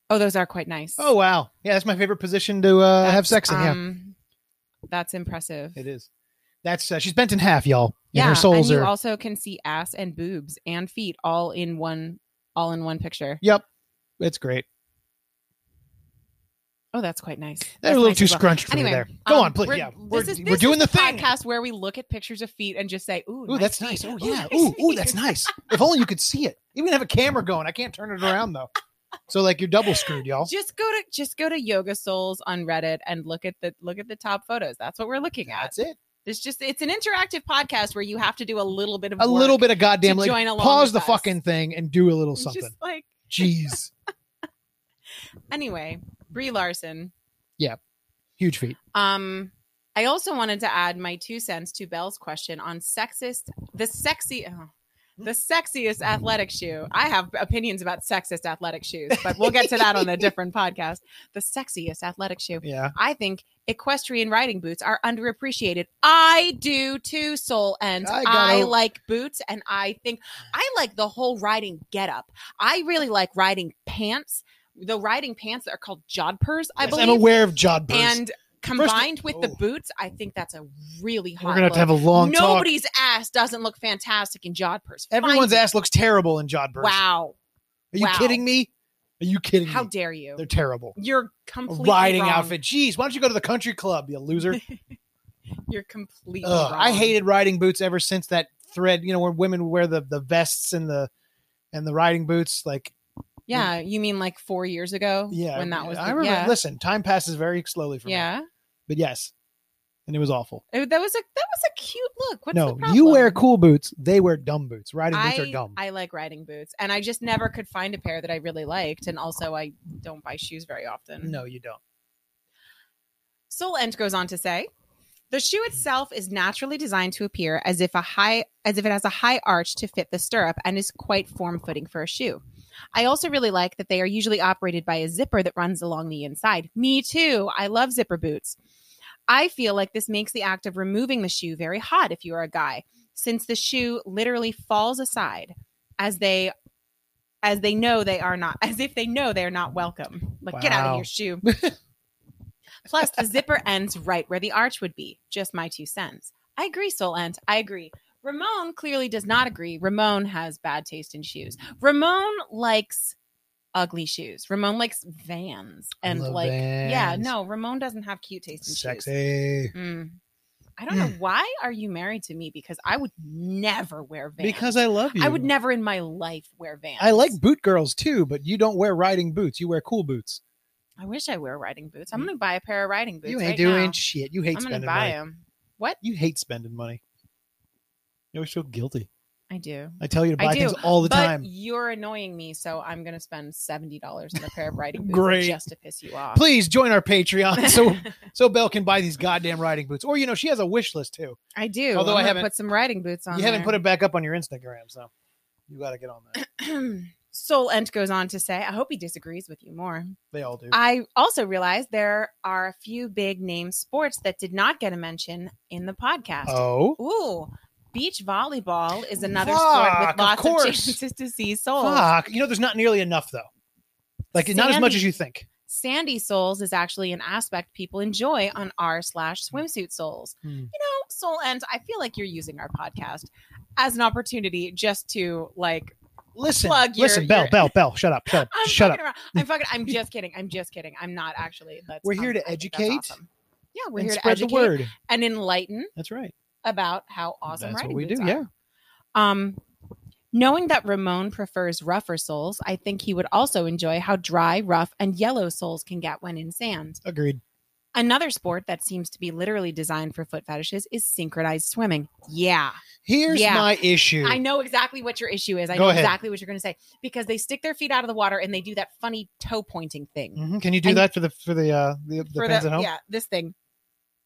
C: Oh, those are quite nice.
B: Oh wow, yeah, that's my favorite position to uh, have
C: That's,
B: sex in.
C: um, that's impressive.
B: yeah, it is. That's uh, she's bent in half, y'all. And
C: Yeah,
B: her souls
C: and you
B: are.
C: also can see ass and boobs and feet all in one, all in one picture.
B: yep, it's great.
C: Oh, that's quite nice.
B: They're
C: That's
B: a little
C: nice
B: too
C: as well.
B: scrunched for me
C: Anyway,
B: there. Go
C: um,
B: on, please.
C: we're-
B: Yeah,
C: this
B: we're,
C: is-
B: we're
C: this
B: doing
C: is
B: the thing.
C: Podcast where we look at pictures of feet and just say, "Ooh,
B: Ooh, that's
C: feet.
B: nice. Oh
C: Ooh,
B: yeah.
C: nice
B: Ooh, ooh,
C: feet." *laughs*
B: that's nice. If only you could see it. Even have a camera going. I can't turn it around though. So like you're double screwed, y'all.
C: Just go to just go to Yoga Souls on Reddit and look at the look at the top photos. That's what we're looking at.
B: That's it.
C: It's just it's an interactive podcast where you have to do a little bit of
B: A
C: work
B: little bit of
C: to
B: goddamn. Like,
C: join along.
B: pause
C: with
B: the
C: us.
B: fucking thing and do a little
C: It's
B: something.
C: Just like *laughs*
B: Jeez,
C: anyway, Brie Larson.
B: huge feet.
C: Um, I also wanted to add my two cents to Belle's question on sexist the sexy. oh, the sexiest athletic shoe. I have opinions about sexist athletic shoes, but we'll get to
B: *laughs*
C: that on a different podcast. The sexiest athletic shoe.
B: Yeah.
C: I think equestrian riding boots are underappreciated. I do too, Soul and
B: I
C: I,
B: gotta-
C: like boots and I think I like the whole riding getup. I really like riding pants. The riding pants that are called jodhpurs, I
B: Yes, I'm
C: believe.
B: aware of jodhpurs.
C: And combined with the
B: Oh.
C: boots, I think that's a really hot
B: We're gonna have to
C: look.
B: have a long talk.
C: Nobody's ass doesn't look fantastic in jodhpurs. Find
B: Everyone's
C: it.
B: ass looks terrible in jodhpurs.
C: Wow.
B: Are you
C: Wow.
B: kidding me? Are you kidding
C: How
B: me?
C: dare you?
B: They're
C: *laughs*
B: terrible.
C: You're
B: A
C: completely
B: riding
C: wrong.
B: outfit. Jeez, why don't you go to the country club, you
C: *laughs*
B: loser?
C: You're completely
B: Ugh,
C: wrong.
B: I hated riding boots ever since that thread. You know, where women wear the the vests and the and the riding boots. Like,
C: Yeah, you mean like four years ago?
B: yeah,
C: when that was.
B: I
C: the-
B: remember.
C: Yeah,
B: Listen, time passes very slowly for me.
C: yeah.
B: But yes, and it was awful.
C: It- that was a that was a cute look. What's the
B: no, you wear
C: problem?
B: cool boots. They wear dumb boots. Riding boots are
C: I,
B: dumb.
C: I like riding boots, and I just never could find a pair that I really liked. And also, I don't buy shoes very often.
B: no, you don't.
C: Soul End goes on to say, The shoe itself is naturally designed to appear as if a high as if it has a high arch to fit the stirrup and is quite form footing for a shoe. I also really like that they are usually operated by a zipper that runs along the inside. Me too. I love zipper boots. I feel like this makes the act of removing the shoe very hot if you are a guy, since the shoe literally falls aside as they as they know they are not *laughs* as if they know they are not welcome. Like get out of
B: Wow.
C: your shoe. Plus, the zipper ends right where the arch would be. Just my two cents. I agree, Soul Ant. I agree. Ramon clearly does not agree. Ramon has bad taste in shoes. Ramon likes ugly shoes. Ramon likes vans
B: I
C: and
B: love
C: like yeah,
B: Vans.
C: no, Ramon doesn't have cute taste in shoes.
B: Sexy. Hmm.
C: Mm. I don't know why are you married to me because I would never wear vans.
B: Because I love you.
C: I would never in my life wear vans.
B: I like boot girls too, but you don't wear riding boots. You wear cool boots.
C: I wish I wear riding boots. I'm gonna buy a pair of riding boots.
B: you ain't
C: right
B: doing
C: now.
B: shit. You hate
C: I'm gonna
B: spending
C: buy
B: money.
C: them. What
B: You hate spending money. You always feel guilty.
C: I do.
B: I tell you to
C: I
B: buy
C: do,
B: things all the
C: but
B: time.
C: you're annoying me, so I'm gonna spend seventy dollars on a pair of riding boots
B: Great.
C: just to piss you off.
B: Please join our
C: *laughs*
B: Patreon so so Belle can buy these goddamn riding boots. Or you know, she has a wish list too.
C: I do.
B: Although
C: I'm
B: I
C: gonna
B: haven't-
C: put some riding boots on.
B: you haven't put it back up on your Instagram, so you got to get on
C: *coughs*
B: that.
C: *clears throat* it. Soul Ent goes on to say, "I hope he disagrees with you more."
B: They all do.
C: I also realized there are a few big name sports that did not get a mention in the podcast.
B: oh,
C: Ooh, beach volleyball is another sport
B: Fuck,
C: with
B: of
C: lots of,
B: course.
C: chances to see souls.
B: fuck! You know, there's not nearly enough though. Like not as much as
C: Sandy.
B: you think.
C: Sandy soles is actually an aspect people enjoy on r slash swimsuit soles.
B: Hmm.
C: You know, soul ends. I feel like you're using our podcast as an opportunity just to like.
B: Listen,
C: Plug your-
B: listen, Bell,
C: your-
B: Bell, Bell. Shut up, shut up,
C: I'm
B: shut up.
C: fucking around. I'm fucking. I'm just kidding. I'm just kidding. I'm not actually. That's,
B: We're here
C: um,
B: to
C: I think that's
B: educate
C: awesome. Yeah, we're
B: and
C: here to
B: spread
C: educate
B: the word.
C: and enlighten
B: That's right.
C: about how awesome
B: That's what
C: riding
B: we do.
C: boots are.
B: Yeah.
C: Um, knowing that Ramon prefers rougher soles, I think he would also enjoy how dry, rough, and yellow soles can get when in sand.
B: Agreed.
C: Another sport that seems to be literally designed for foot fetishes is synchronized swimming. Yeah.
B: Here's
C: Yeah.
B: my issue.
C: I know exactly what your issue is. I
B: Go
C: know
B: ahead.
C: exactly what you're going to say because they stick their feet out of the water and they do that funny toe pointing thing.
B: Mhm. Can you do
C: And-
B: that for the for the uh the, the
C: For
B: fans
C: the-
B: at home?
C: Yeah, this thing,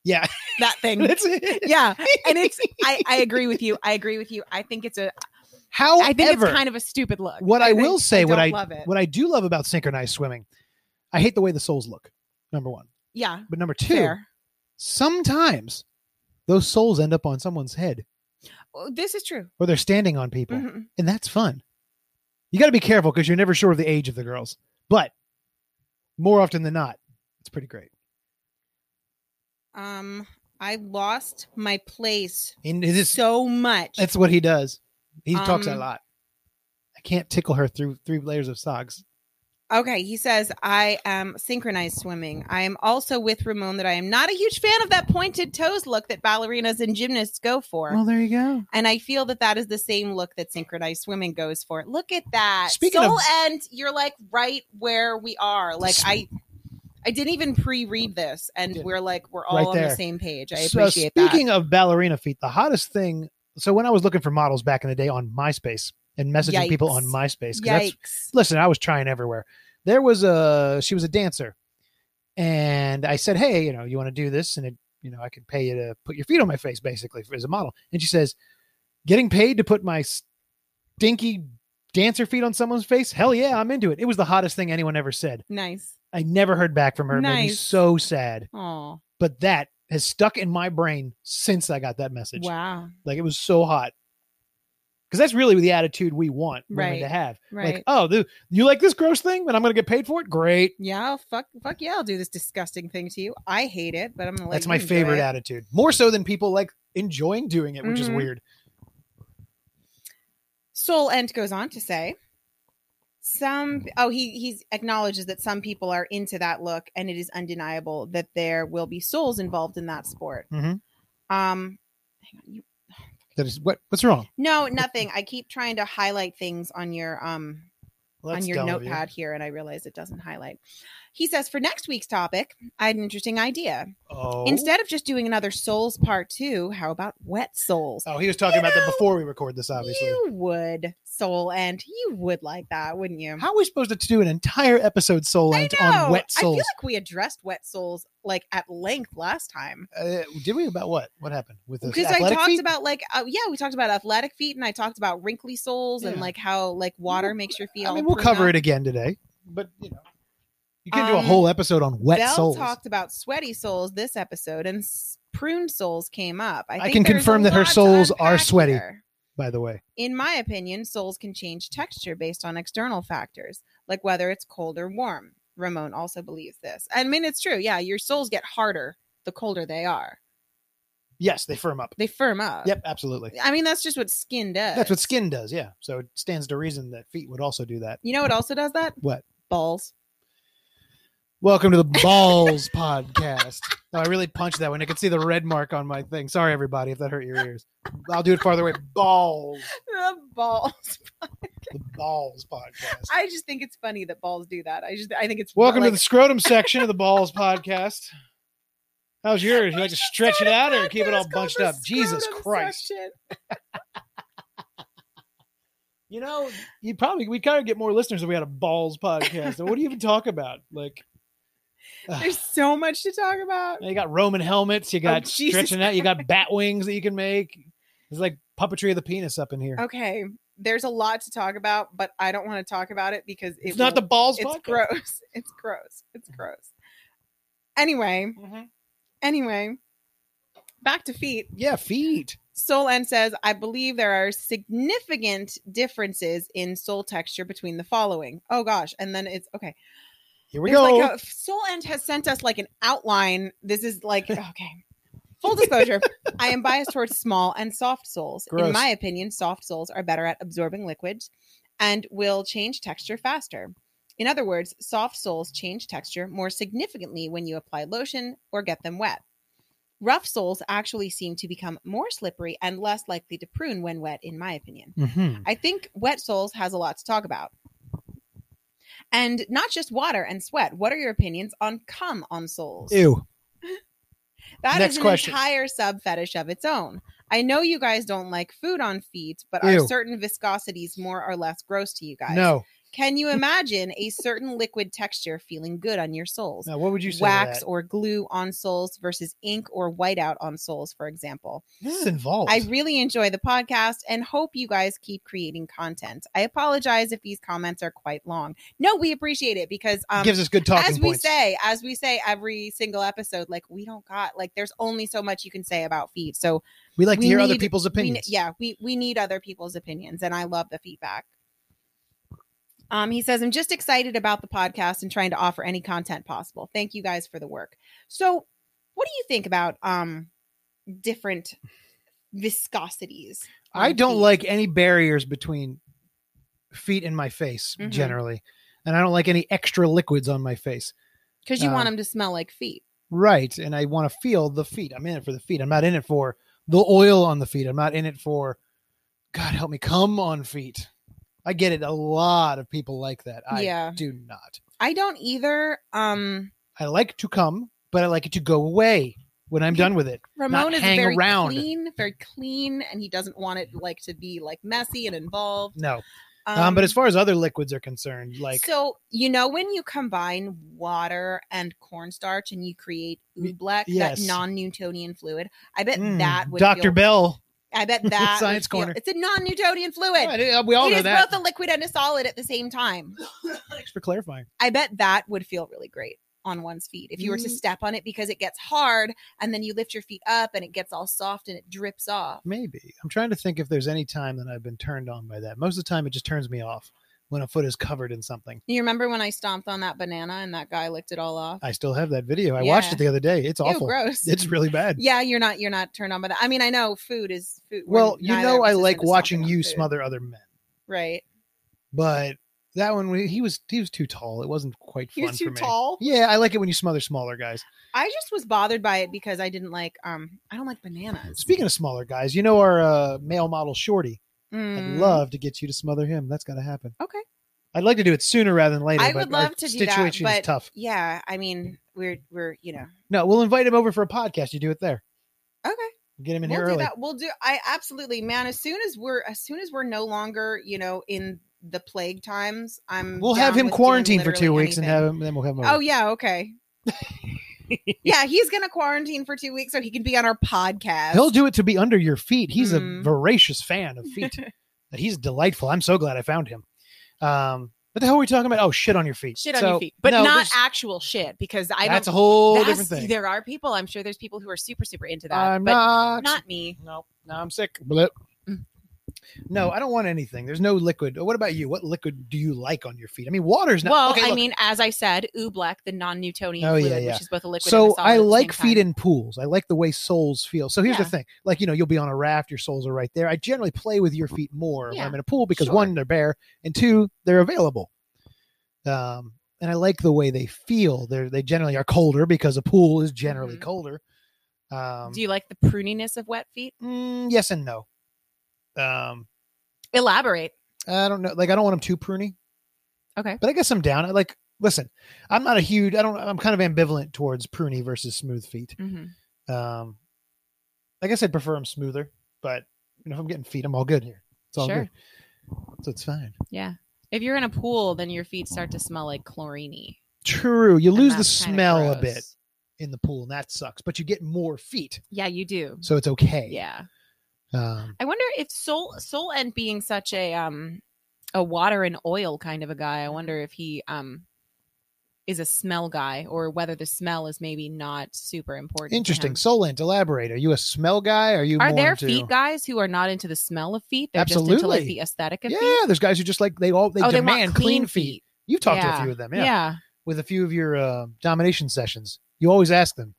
B: Yeah. *laughs*
C: that thing.
B: That's it.
C: yeah. And it's I I agree with you. I agree with you. I think it's a
B: However,
C: I think it's kind of a stupid look.
B: what I, will
C: think-
B: say, what
C: don't
B: I
C: love it.
B: what I do love about synchronized swimming, I hate the way the soles look. Number one,
C: yeah.
B: but number two,
C: Fair.
B: sometimes those soles end up on someone's head
C: Oh, This is true.
B: or they're standing on people,
C: Mhm.
B: and that's fun. You got to be careful because you're never sure of the age of the girls, but more often than not, it's pretty great.
C: Um, I lost my place
B: And it is,
C: so much.
B: that's what he does. He talks a
C: Um,
B: lot. I can't tickle her through three layers of socks.
C: Okay, he says I am synchronized swimming. I am also with Ramon that I am not a huge fan of that pointed toes look that ballerinas and gymnasts go for.
B: Well, there you go.
C: and I feel that that is the same look that synchronized swimming goes for. Look at that.
B: Speaking of-
C: Soul end, you're like right where we are. Like I I didn't even pre-read this and
B: Didn't.
C: we're like we're all
B: Right
C: on the
B: there.
C: same page. I
B: So
C: appreciate
B: speaking of ballerina feet, the hottest thing. So when I was looking for models back in the day on MySpace and messaging people
C: Yikes.
B: on MySpace, 'cause
C: that.
B: that's
C: Yikes.
B: listen, I was trying everywhere. There was a she was a dancer, and I said, "Hey, you know, you want to do this?" And it, you know, I could pay you to put your feet on my face, basically, as a model. And she says, "Getting paid to put my stinky dancer feet on someone's face? Hell yeah, I'm into it." It was the hottest thing anyone ever said.
C: Nice.
B: I never heard back from her. It made me
C: Nice.
B: so sad,
C: Oh,
B: but that has stuck in my brain since I got that message.
C: wow.
B: Like it was so hot. Because that's really the attitude we want women
C: Right.
B: to have.
C: Right.
B: Like, oh, th- you like this gross thing, and I'm going to get paid for it? Great.
C: Yeah, I'll fuck, fuck yeah, I'll do this disgusting thing to you. I hate it, but I'm gonna. Let
B: That's
C: you
B: my
C: enjoy
B: favorite
C: it.
B: attitude. More so than people like enjoying doing it, which is
C: Mhm.
B: weird.
C: Soul Ent goes on to say, some oh he he acknowledges that some people are into that look, and it is undeniable that there will be souls involved in that sport.
B: Mhm.
C: Um, hang on, you,
B: That is what. What's wrong?
C: no, nothing. I keep trying to highlight things on your um
B: Well, that's
C: on your
B: dumb of you.
C: notepad here, and I realize it doesn't highlight. He says for next week's topic, I had an interesting idea.
B: Oh.
C: Instead of just doing another Souls part two, how about Wet Souls?
B: oh, he was talking
C: You
B: about that
C: know,
B: before we record this, obviously.
C: You would soul end. You would like that, wouldn't you?
B: How are we supposed to do an entire episode soul
C: I
B: end on
C: know.
B: wet
C: I feel
B: souls?
C: like we addressed Wet Souls like at length last time.
B: uh, did we about what? What happened with the
C: because I
B: athletic
C: talked
B: feet?
C: about like uh, yeah, we talked about athletic feet, and I talked about wrinkly soles and
B: Yeah.
C: like how like water
B: We'll-
C: makes your feet.
B: I
C: all
B: mean, we'll
C: pruned
B: cover
C: up.
B: it again today, but you know, you can do a
C: Um,
B: whole episode on wet
C: Bell
B: souls.
C: talked about sweaty soles this episode, and s- pruned soles came up. I,
B: I
C: think
B: can
C: there's a
B: confirm that her
C: lot to
B: soles are
C: unpack
B: sweaty.
C: here.
B: By the way,
C: In my opinion, soles can change texture based on external factors, like whether it's cold or warm. Ramon also believes this. I mean, it's true. Yeah, your soles get harder the colder they are.
B: yes, they firm up.
C: They firm up.
B: Yep, absolutely.
C: I mean, that's just what skin does.
B: That's what skin does. Yeah, so it stands to reason that feet would also do that.
C: You know what also does that?
B: What?
C: Balls. *laughs*
B: Welcome to the Balls Podcast. No, I really punched that one. I could see the red mark on my thing. Sorry, everybody, if that hurt your ears. I'll do it farther away. Balls,
C: the balls. *laughs*
B: the Balls Podcast.
C: I just think it's funny that balls do that. I just I think it's
B: Welcome to
C: like,
B: the scrotum section of the Balls Podcast. How's yours? You like to stretch it out or keep it all
C: podcast
B: bunched
C: called
B: up?
C: the
B: Jesus
C: scrotum
B: Christ!
C: section.
B: You know, you probably we kind of get more listeners if we had a Balls Podcast. what do you even talk about? Like, ugh.
C: There's so much to talk about.
B: you got Roman helmets. You got
C: Oh, Jesus
B: stretching out. You got bat wings that you can make. It's like puppetry of the penis up in here.
C: Okay, there's a lot to talk about, but I don't want to talk about it because it
B: it's not the
C: will-
B: balls
C: It's
B: podcast.
C: gross. *laughs* It's gross. It's gross. Anyway, anyway, back to feet.
B: Yeah, feet.
C: Soul N says, I believe there are significant differences in soul texture between the following. Oh gosh. And then it's okay.
B: Here we
C: There's
B: go.
C: Like a, Soul End has sent us like an outline. This is like *laughs* okay. Full disclosure, I am biased towards small and soft soles.
B: Gross.
C: In my opinion, soft soles are better at absorbing liquids and will change texture faster. In other words, soft soles change texture more significantly when you apply lotion or get them wet. Rough soles actually seem to become more slippery and less likely to prune when wet, in my opinion.
B: Mhm.
C: I think wet soles has a lot to talk about. And not just water and sweat. What are your opinions on cum on soles?
B: Ew.
C: That is
B: Next
C: an
B: question.
C: entire sub fetish of its own. I know you guys don't like food on feet, but
B: Ew.
C: are certain viscosities more or less gross to you guys?
B: No.
C: Can you imagine a certain liquid texture feeling good on your soles?
B: No. What would you say? to
C: Wax
B: that?
C: or glue on soles versus ink or whiteout on soles, for example.
B: This is involved.
C: I really enjoy the podcast and hope you guys keep creating content. I apologize if these comments are quite long. No, we appreciate it because um
B: Gives us good talking
C: as we
B: points.
C: say, as we say every single episode, like we don't got like there's only so much you can say about feet. So
B: we like to
C: we
B: hear other
C: need-
B: people's
C: we,
B: opinions.
C: yeah, we we need other people's opinions, and I love the feedback. Um, he says, I'm just excited about the podcast and trying to offer any content possible. Thank you guys for the work. So, what do you think about um different viscosities?
B: I
C: on
B: don't
C: feet?
B: like any barriers between feet and my face
C: Mhm.
B: generally, and I don't like any extra liquids on my face.
C: because you want
B: um,
C: them to smell like feet.
B: Right, and I want to feel the feet. I'm in it for the feet. I'm not in it for the oil on the feet. I'm not in it for God help me come on feet. I get it. A lot of people like that. I
C: yeah,
B: do not.
C: I don't either. Um,
B: I like to come, but I like it to go away when I'm done with it.
C: Ramon is
B: hang
C: very
B: around.
C: clean, very clean, and he doesn't want it like to be like messy and involved.
B: No. Um, but as far as other liquids are concerned, like
C: so you know when you combine water and cornstarch and you create
B: Y-
C: oobleck,
B: yes.
C: that non-Newtonian fluid. I bet
B: mm,
C: that would
B: Dr.
C: Feel,
B: Bell. *laughs*
C: I bet that would
B: Science
C: feel-
B: corner.
C: It's a non-Newtonian fluid.
B: Yeah, I did- we all
C: it
B: know
C: is
B: that.
C: both a liquid and a solid at the same time.
B: Thanks for clarifying.
C: I bet that would feel really great on one's feet if you were to
B: Mm.
C: step on it because it gets hard and then you lift your feet up and it gets all soft and it drips off.
B: Maybe. I'm trying to think if there's any time that I've been turned on by that. Most of the time, it just turns me off when a foot is covered in something.
C: You remember when I stomped on that banana and that guy licked it all off?
B: I still have that video. I watched
C: Yeah.
B: it the other day. It's
C: Ew,
B: awful.
C: gross.
B: It's
D: *laughs*
B: really bad.
C: yeah, you're not you're not turned on by that. I mean, I know food is food. we're
B: well, you
C: neither
B: know,
C: of us
B: I
C: is
B: like
C: into
B: watching
C: stomping on
B: you
C: food.
B: smother other men,
C: Right. *laughs*
B: but that one we- he was he was too tall. It wasn't quite fun
C: You're too
B: for me.
C: tall.
B: Yeah, I like it when you smother smaller guys.
C: I just was bothered by it because I didn't like um I don't like bananas.
B: Speaking of smaller guys, you know our uh, male model Shorty.
C: Mm,
B: I'd love to get you to smother him. That's got to happen.
C: Okay.
B: I'd like to do it sooner rather than later.
D: I
B: but
D: would
B: our
D: love to do that,
B: Situation is
D: but-
B: tough.
D: Yeah, I mean, we're we're you know
B: No, we'll invite him over for a podcast. You do it there.
D: okay.
B: Get him in
D: we'll
B: here
D: do
B: early.
D: that. We'll do. I absolutely, man. As soon as we're as soon as we're no longer you know in the plague times, I'm.
B: We'll have
D: down
B: him
D: with doing
B: quarantined for two
D: literally
B: weeks and
D: anything.
B: have him. Then we'll have him. Over.
D: Oh yeah,
B: *laughs*
D: okay. yeah, he's gonna quarantine for two weeks so he can be on our podcast.
B: He'll do it to be under your feet. He's a
C: Mm-hmm.
D: Mhm.
B: voracious fan of
C: *laughs*
B: feet. He's delightful. I'm so glad I found him. Um, what the hell were we talking about? Oh, shit on your feet.
C: shit on
B: So,
C: your feet, but
B: no,
C: not
B: there's-
C: actual shit because I
B: That's a
C: don't.
B: whole
C: that's-
B: different thing.
C: There are people. I'm sure there's people who are super super into that,
B: I'm
C: but
B: not.
C: not me.
B: No, no, I'm sick. Blip.
C: Mm.
B: No, I don't want anything. There's no liquid. What about you? What liquid do you like on your feet? I mean, water's not.
C: well,
B: okay,
C: I
B: look.
C: mean, as I said, oobleck, the non-Newtonian
B: Oh, yeah,
C: fluid,
B: yeah.
C: which is both a liquid. and
B: so
C: a solid
B: I
C: at the
B: like
C: same
B: feet
C: time.
B: in pools. I like the way soles feel. So here's
C: Yeah.
B: the thing: like you know, you'll be on a raft, your soles are right there. I generally play with your feet more when
C: Yeah,
B: I'm in a pool because
C: sure.
B: one, they're bare, and two, they're available. Um, and I like the way they feel. They they generally are colder because a pool is generally
C: Mhm.
B: colder. Um,
C: Do you like the pruniness of wet feet?
B: mm, yes and no. Um,
C: Elaborate.
B: I don't know. Like I don't want them too pruny.
C: Okay.
B: But I guess I'm down. I like listen, I'm not a huge I don't I'm kind of ambivalent towards pruny versus smooth feet.
C: Mm-hmm.
B: Um I guess I'd prefer them smoother, but you know, if I'm getting feet, I'm all good here. It's all
C: Sure.
B: good. So it's fine.
C: Yeah. If you're in a pool, then your feet start to smell like chlorine.
B: True. You lose the smell a bit in the pool, and that sucks. But you get more feet,
C: Yeah, you do.
B: so it's okay.
C: Yeah.
B: Um
C: I wonder if Soul Soul End being such a um a water and oil kind of a guy, I wonder if he um is a smell guy or whether the smell is maybe not super important. to
B: interesting.
C: him.
B: Solent, elaborate. Are you a smell guy? Are you
C: Are
B: more
C: there
B: into-
C: feet guys who are not into the smell of feet? They're just into like
B: Absolutely.
C: the aesthetic of
B: Yeah,
C: feet.
B: there's guys who just like they all they
C: oh, they
B: demand
C: want
B: clean feet. You've talked to a few of them,
C: Yeah.
B: with a few of your uh, domination sessions. You always ask them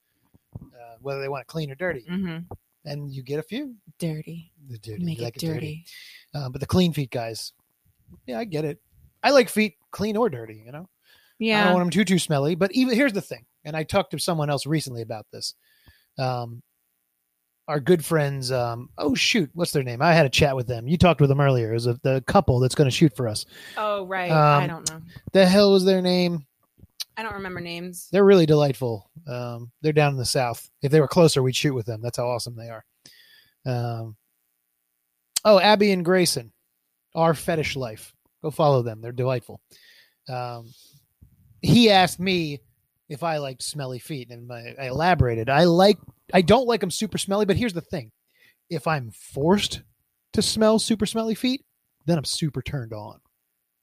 B: uh, whether they want it clean or dirty,
C: hmm
B: and you get a few.
C: Dirty.
B: The dirty,
C: You make
B: you
C: it dirty.
B: Uh, but the clean feet guys, yeah, I get it. I like feet clean or dirty. You know, I
C: Yeah.
B: don't want them too too smelly. But even here's the thing, and I talked to someone else recently about this. Um, our good friends. Um, oh shoot, what's their name? I had a chat with them. You talked with them earlier. It was a, the couple that's going to shoot for us.
C: Oh right.
B: Um,
C: I don't know.
B: The hell was their name?
C: I don't remember names.
B: They're really delightful. Um, they're down in the south. If they were closer, we'd shoot with them. That's how awesome they are. Um, oh, Abby and Grayson, our fetish life. Go follow them. They're delightful. Um, he asked me if I liked smelly feet, and I, I elaborated. I like. I don't like them super smelly, but here's the thing: if I'm forced to smell super smelly feet, then I'm super turned on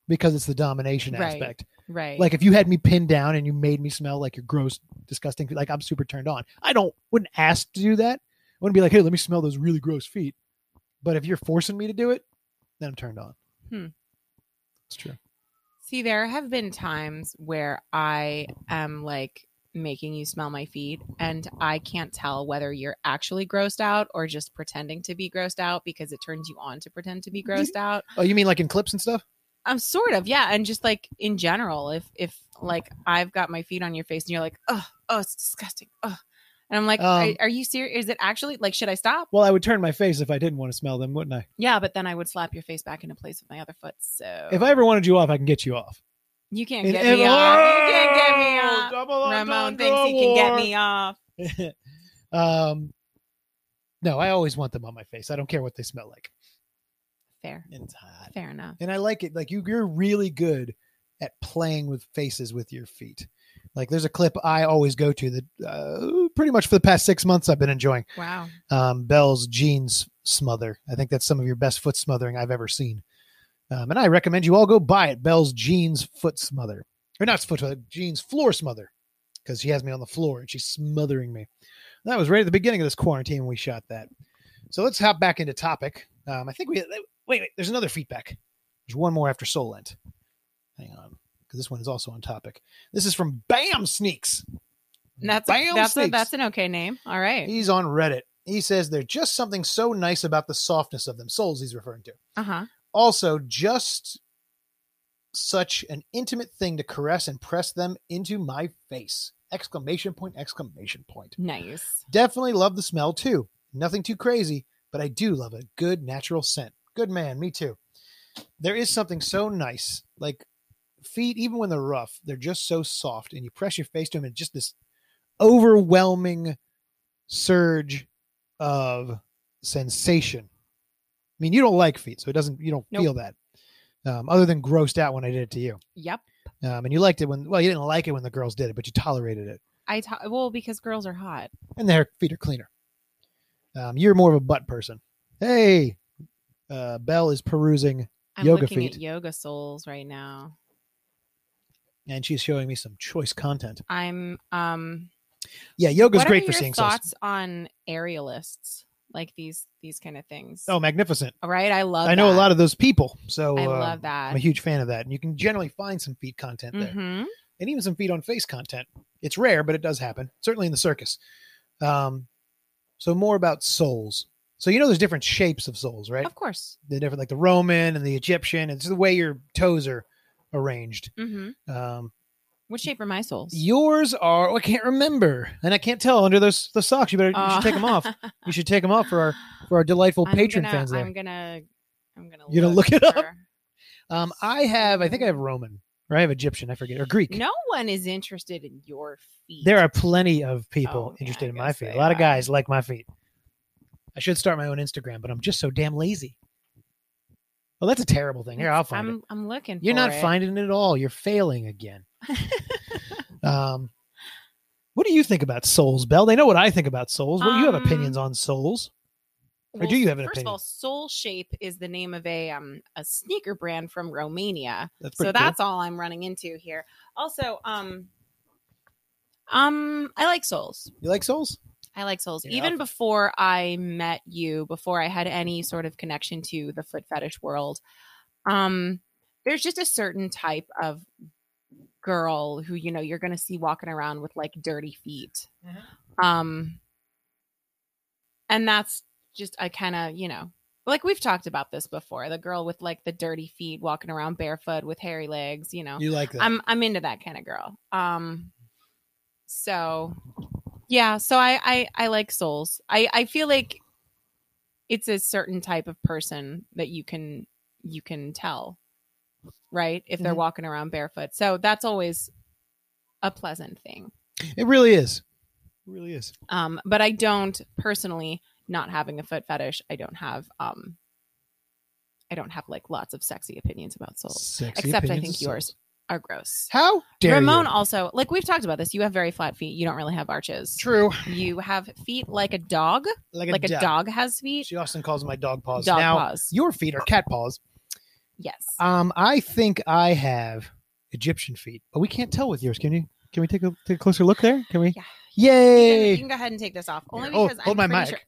B: because it's the domination
C: Right.
B: aspect.
C: Right.
B: Like if you had me pinned down and you made me smell like your gross, disgusting, like I'm super turned on. I don't wouldn't ask to do that. I wouldn't be like, hey, let me smell those really gross feet. But if you're forcing me to do it, then I'm turned on.
C: Hmm.
B: It's true.
C: See, there have been times where I am like making you smell my feet, and I can't tell whether you're actually grossed out or just pretending to be grossed out because it turns you on to pretend to be grossed out.
B: Oh, you mean like in clips and stuff?
C: I'm um, sort of, yeah, and just like in general, if if like I've got my feet on your face and you're like, oh, oh, it's disgusting, oh, and I'm like,
B: Um,
C: are, are you serious? Is it actually like should I stop?
B: Well, I would turn my face if I didn't want to smell them, wouldn't I?
C: Yeah, but then I would slap your face back into place with my other foot. So
B: If I ever wanted you off, I can get you off.
C: you can't
B: In
C: Oh. get
B: every-
C: me off, you can't get me
B: Oh,
C: off.
B: double
C: Ramon
B: entendre
C: thinks he can get
B: award.
C: me off.
B: um, no, I always want them on my face. I don't care what they smell like.
C: Fair,
B: And it's hot.
C: fair enough.
B: and I like it. Like you, you're really good at playing with faces with your feet. Like there's a clip I always go to that uh, pretty much for the past six months I've been enjoying.
C: Wow.
B: Um, Bell's jeans smother. I think that's some of your best foot smothering I've ever seen. Um, and I recommend you all go buy it. Bell's jeans foot smother, or not foot smother, jeans floor smother, because she has me on the floor and she's smothering me. That was right at the beginning of this quarantine. when We shot that. So let's hop back into topic. Um, I think we wait. Wait, there's another feedback. There's one more after Solent. Hang on, because this one is also on topic. This is from Bam Sneaks.
C: That's a,
B: Bam
C: that's a,
B: Sneaks.
C: that's an okay name. All right.
B: He's on Reddit. He says they're just something so nice about the softness of them. Souls, he's referring to.
C: Uh huh.
B: Also, just such an intimate thing to caress and press them into my face. Exclamation point, exclamation point.
C: Nice.
B: Definitely love the smell too. Nothing too crazy, but I do love a good natural scent. Good man, me too. There is something so nice, like feet, even when they're rough, they're just so soft, and you press your face to them, and just this overwhelming surge of sensation. I mean, you don't like feet, so it doesn't. You don't
C: Nope.
B: feel that, um, other than grossed out when I did it to you.
C: Yep.
B: Um, and you liked it when, well, you didn't like it when the girls did it, but you tolerated it,
C: I t- well because girls are hot.
B: and their feet are cleaner. Um, you're more of a butt person. Hey, uh, Belle is perusing
C: I'm
B: Yoga
C: looking at
B: feet.
C: yoga souls right now.
B: and she's showing me some choice content.
C: I'm um
B: Yeah, yoga's
C: what are
B: great for
C: your
B: seeing souls.
C: thoughts on aerialists, like these these kind of things.
B: Oh, magnificent!
C: All right, I love
B: I know
C: that.
B: a lot of those people, so
C: I
B: uh,
C: love that.
B: I'm a huge fan of that, and you can generally find some feet content there,
C: Mhm.
B: and even some feet on face content. It's rare, but it does happen, certainly in the circus. Um, so more about souls. So you know, there's different shapes of souls, right?
C: Of course.
B: The different, like the Roman and the Egyptian. It's the way your toes are arranged.
C: Mm-hmm.
B: Um,
C: What shape are my souls?
B: yours are. oh, I can't remember, and I can't tell under those the socks. You better you
C: Oh.
B: should take them
C: *laughs*
B: off. You should take them off for our for our delightful
C: I'm
B: patron
C: gonna-
B: fans there.
C: I'm gonna. I'm gonna.
B: You're gonna look it up?
C: for-
B: Um, I have, I think I have Roman, or I have Egyptian, I forget, or Greek.
C: No one is interested in your feet.
B: There are plenty of
C: Oh,
B: people
C: yeah,
B: interested
C: I
B: in my
C: guess
B: feet. A
C: they
B: lot of
C: are.
B: guys like my feet. I should start my own Instagram, but I'm just so damn lazy. Well, that's a terrible thing. Here, I'll find
C: I'm,
B: it.
C: I'm looking.
B: You're
C: for
B: not
C: it.
B: finding it at all. You're failing
C: *laughs*
B: again. um, what do you think about souls, Bell? They know what I think about souls. What do you have
C: Um,
B: opinions on souls? Or do you have an
C: first
B: opinion?
C: of all, Soul Shape is the name of a um a sneaker brand from Romania.
B: That's
C: so
B: pretty cool.
C: that's all I'm running into here. Also, um, um, I like souls.
B: you like souls?
C: I like souls.
B: Yeah.
C: Even before I met you, before I had any sort of connection to the foot fetish world, um, there's just a certain type of girl who you know you're going to see walking around with like dirty feet, um, and that's just I kind of you know like we've talked about this before. The girl with like the dirty feet walking around barefoot with hairy legs, you know.
B: You like that?
C: I'm I'm into that kind of girl. Um so yeah, so I I I like souls. I I feel like it's a certain type of person that you can you can tell, right? If they're
B: Mhm.
C: walking around barefoot. So that's always a pleasant thing.
B: it really is. It really is.
C: Um but I don't personally not having a foot fetish, I don't have um I don't have like lots of sexy opinions about souls.
B: Sexy
C: Except I
B: opinions
C: think
B: of souls.
C: yours are gross.
B: How dare
C: Ramon
B: you?
C: also, like we've talked about this, you have very flat feet. You don't really have arches.
B: True.
C: You have feet like a dog,
B: Like a,
C: like a
B: dog.
C: dog has feet.
B: She often calls my dog paws.
C: Dog
B: now,
C: paws.
B: your feet are cat paws.
C: Yes.
B: Um, I think I have Egyptian feet, but we can't tell with yours. Can you? Can we take a, take a closer look there? Can we?
C: Yeah. You can-
B: Yay!
C: You can go ahead and take this off. Only
B: Here. Oh,
C: because I'm
B: hold my
C: pretty
B: mic.
C: sure-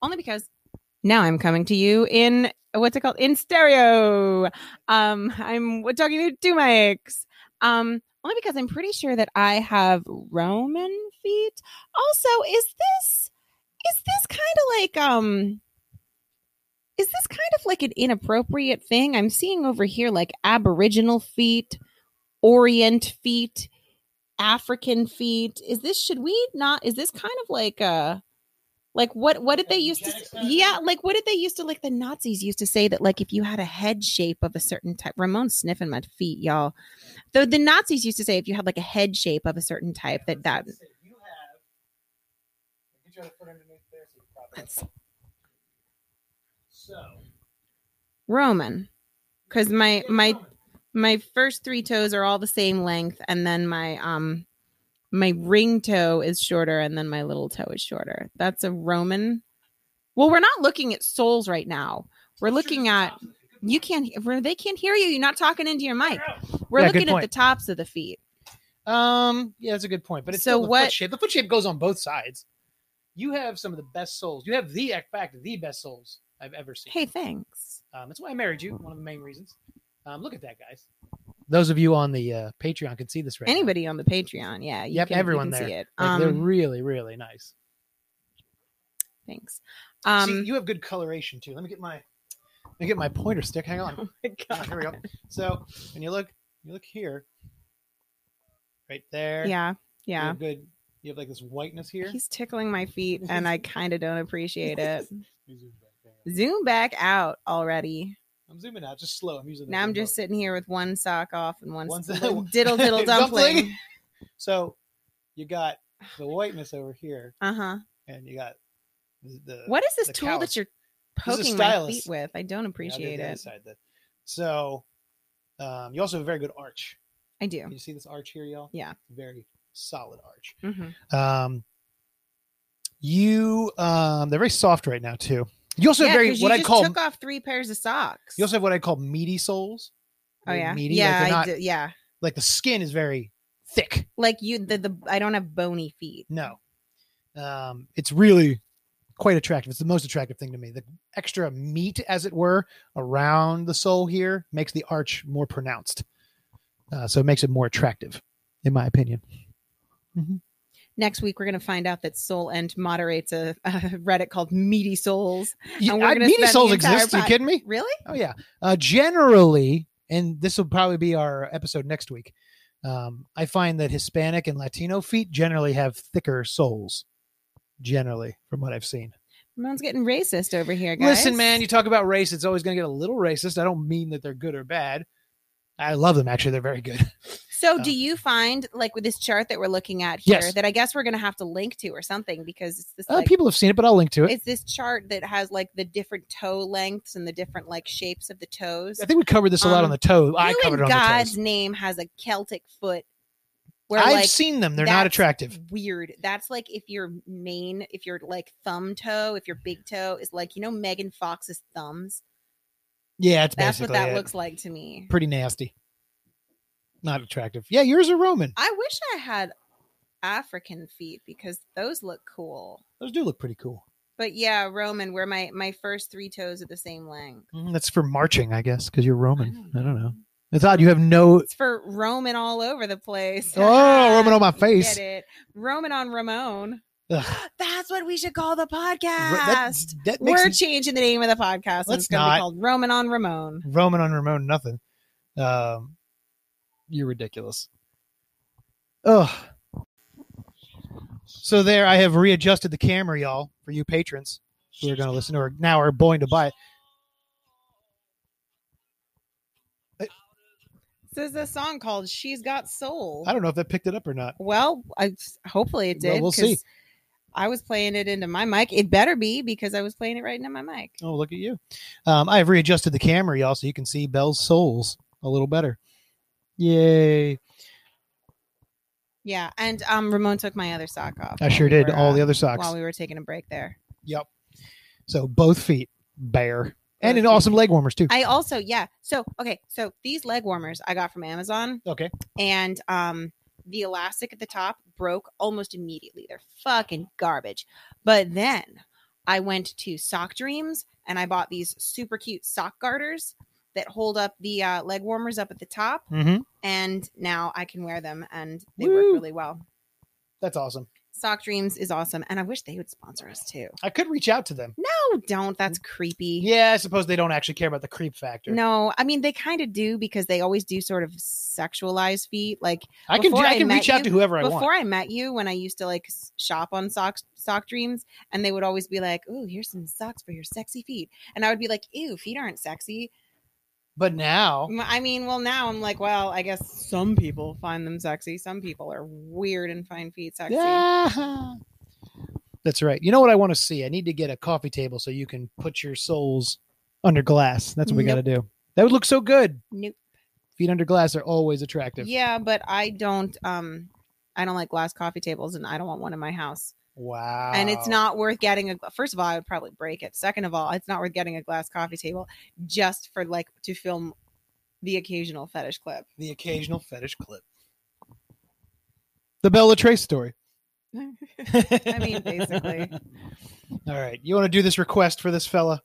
C: only because now I'm coming to you in what's it called in stereo. Um, I'm talking to two mics. Um, only because I'm pretty sure that I have Roman feet. Also, is this is this kind of like um. Is this kind of like an inappropriate thing? I'm seeing over here like Aboriginal feet, Orient feet. African feet. Is this should we not? Is this kind of like a like what what did they used to? Yeah, like what did they used to like the Nazis used to say that like if you had a head shape of a certain type. Ramon's sniffing my feet, y'all. Though the Nazis used to say if you had like a head shape of a certain type that that. Let's- Roman, because my my my first three toes are all the same length and then my um my ring toe is shorter and then my little toe is shorter that's a roman well we're not looking at soles right now we're looking at you can't he- we're- they can't hear you you're not talking into your mic we're
B: Yeah, good
C: looking at
B: point.
C: the tops of the feet
B: Um, yeah, that's a good point. But it's
C: So
B: still the
C: what-
B: foot shape. The foot shape goes on both sides. You have some of the best souls. You have the, in fact, the best souls I've ever seen.
C: hey thanks
B: Um, that's why I married you. One of the main reasons. Um, look at that, guys. Those of you on the uh, Patreon can see this right. now.
C: anybody on the patreon yeah you
B: Yep,
C: can, you
B: everyone
C: can see
B: there.
C: it
B: Like, they're
C: um
B: really, really nice.
C: thanks
B: *laughs*
C: um
B: See, you have good coloration too. Let me get my let me get my pointer stick. Hang on.
C: *laughs* oh my
B: Hang on,
C: God.
B: Here we go. So when you look, you look here, right there.
C: yeah
B: You
C: yeah
B: have good. You have like this whiteness here.
C: he's tickling my feet
B: *laughs*
C: and i kind of don't appreciate it
B: Let me zoom back. Hang on.
C: zoom back out already.
B: I'm zooming out, just slow. I'm using. the
C: Now I'm
B: remote.
C: just sitting here with one sock off and one,
B: *laughs* One
C: s-
B: sock-
C: little diddle diddle dumpling.
B: So you got the whiteness over here,
C: Uh huh.
B: and you got the. the
C: What is this
B: the
C: tool
B: callus.
C: that you're
B: is a
C: poking my feet
B: stylus.
C: with? I don't
B: yeah, I did
C: appreciate
B: the other
C: it.
B: side then. So, um, you also have a very good arch.
C: I do.
B: Can you see this arch here, y'all?
C: Yeah.
B: Very solid arch.
C: Mm-hmm.
E: Mhm.
B: Um, you um, they're very soft right now too. You also
C: yeah,
B: have very
C: 'cause you
B: what I
C: just
B: call
C: took off three pairs of socks.
B: you also have what I call meaty soles.
C: oh
B: Very
C: yeah,
B: meaty. like
C: yeah,
B: they're not-
C: I do, yeah.
B: like the skin is very thick.
C: Like you, the, the I don't have bony feet.
B: No. Um, it's really quite attractive. It's the most attractive thing to me. The extra meat, as it were, around the sole here makes the arch more pronounced. Uh, so it makes it more attractive, in my opinion.
C: Next week we're gonna find out that Soul End moderates a, *laughs* a Reddit called Meaty Souls.
B: You,
C: we're
B: I,
C: gonna
B: meaty
C: spend the
B: soles
C: entire
B: exist. You
C: pod-
B: kidding me?
C: Really?
B: Oh yeah. Uh, generally, and this will probably be our episode next week. Um, I find that Hispanic and Latino feet generally have thicker soles. Generally, from what I've seen.
C: Ramon's getting racist over here, guys.
B: Listen, man, you talk about race, it's always going to get a little racist. I don't mean that they're good or bad. I love them actually; they're very good.
C: So,
B: Uh,
C: do you find like with this chart that we're looking at here
B: Yes.
C: that I guess we're gonna have to link to or something because it's this
B: Uh,
C: like,
B: people have seen it, but I'll link to it.
C: it's this chart that has like the different toe lengths and the different like shapes of the toes.
B: I think we covered this a lot
C: um,
B: on the toe. I
C: Who
B: covered
C: in
B: it on
C: God's
B: the toes.
C: name has a Celtic foot? Where
B: I've
C: like
B: seen them; they're not
C: that's
B: attractive.
C: weird. That's like if your main, if your like thumb toe, if your big toe is like you know Megan Fox's thumbs.
B: Yeah, it's
C: That's what
B: basically
C: that
B: it.
C: looks like to me.
B: Pretty nasty. Not attractive. Yeah, yours are Roman.
C: I wish I had African feet because those look cool.
B: Those do look pretty cool.
C: But yeah, Roman, where my my first three toes are the same length.
B: Mm, That's for marching, I guess, because you're Roman.
C: I
B: I
C: don't
B: don't know. It's odd. You have no.
C: It's for Roman all over the place.
B: Oh, Roman on my
C: *laughs* Get
B: face.
C: it. Roman on Ramon.
B: Ugh.
C: That's what we should call the
B: Ro- that,
C: podcast.
B: that makes
C: We're changing the name of the podcast. and
B: Let's
C: It's going to
B: not.
C: be called Roman on Ramon.
B: Roman on Ramon nothing. Um, you're ridiculous. Ugh. So there, I have readjusted the camera, y'all, for you patrons who are going to listen or now are going to buy it.
C: This is a song called "She's Got Soul."
B: I don't know if that picked it up or not.
C: Well, I hopefully it
B: Well,
C: did.
B: we'll see.
C: 'cause I was playing it into my mic. It better be because I was playing it right into my mic.
B: Oh, look at you! Um, I have readjusted the camera, y'all, so you can see Belle's soles a little better. Yay!
C: Yeah, and um, Ramon took my other sock off.
B: I sure
C: while we
B: did
C: were,
B: all the
C: uh,
B: other socks.
C: while we were taking a break there.
B: Yep. So both feet bare, and an
C: Both feet.
B: awesome leg warmers too.
C: I also yeah. So okay, so these leg warmers I got from Amazon,
B: okay.
C: and um, the elastic at the top broke almost immediately. They're fucking garbage. But then I went to Sock Dreams and I bought these super cute sock garters that hold up the uh, leg warmers up at the top.
B: Mm-hmm.
C: and now I can wear them and they
B: Woo.
C: work really well.
B: That's awesome.
C: Sock Dreams is awesome and I wish they would sponsor us too.
B: I could reach out to them.
C: No, don't. That's creepy.
B: Mm-hmm. Yeah, I suppose they don't actually care about the creep factor.
C: No, I mean they kind of do because they always do sort of sexualize feet. Like
B: I can
C: Before
B: I
C: I
B: can
C: met
B: reach out
C: you-
B: to whoever I
C: before
B: want.
C: I met you, when I used to like s- shop on socks, sock dreams, and they would always be like, "Ooh, here's some socks for your sexy feet," and I would be like, "Ew, feet aren't sexy."
B: But now,
C: M- I mean, well, now I'm like, well, I guess some people find them sexy. Some people are weird and find feet sexy.
B: yeah. *laughs* That's right. You know what I want to see? I need to get a coffee table so you can put your soles under glass. That's what we got to do. That would look so good.
C: Nope.
B: Feet under glass are always attractive.
C: Yeah, but I don't um I don't like glass coffee tables and I don't want one in my house.
B: Wow.
C: And it's not worth getting a first of all, I would probably break it. Second of all, it's not worth getting a glass coffee table just for like to film the occasional fetish clip.
B: the occasional fetish clip. The Bella Trace
C: *laughs*
B: story. *laughs* I *laughs*
C: mean, basically.
B: All right. You want to do this request for this fella?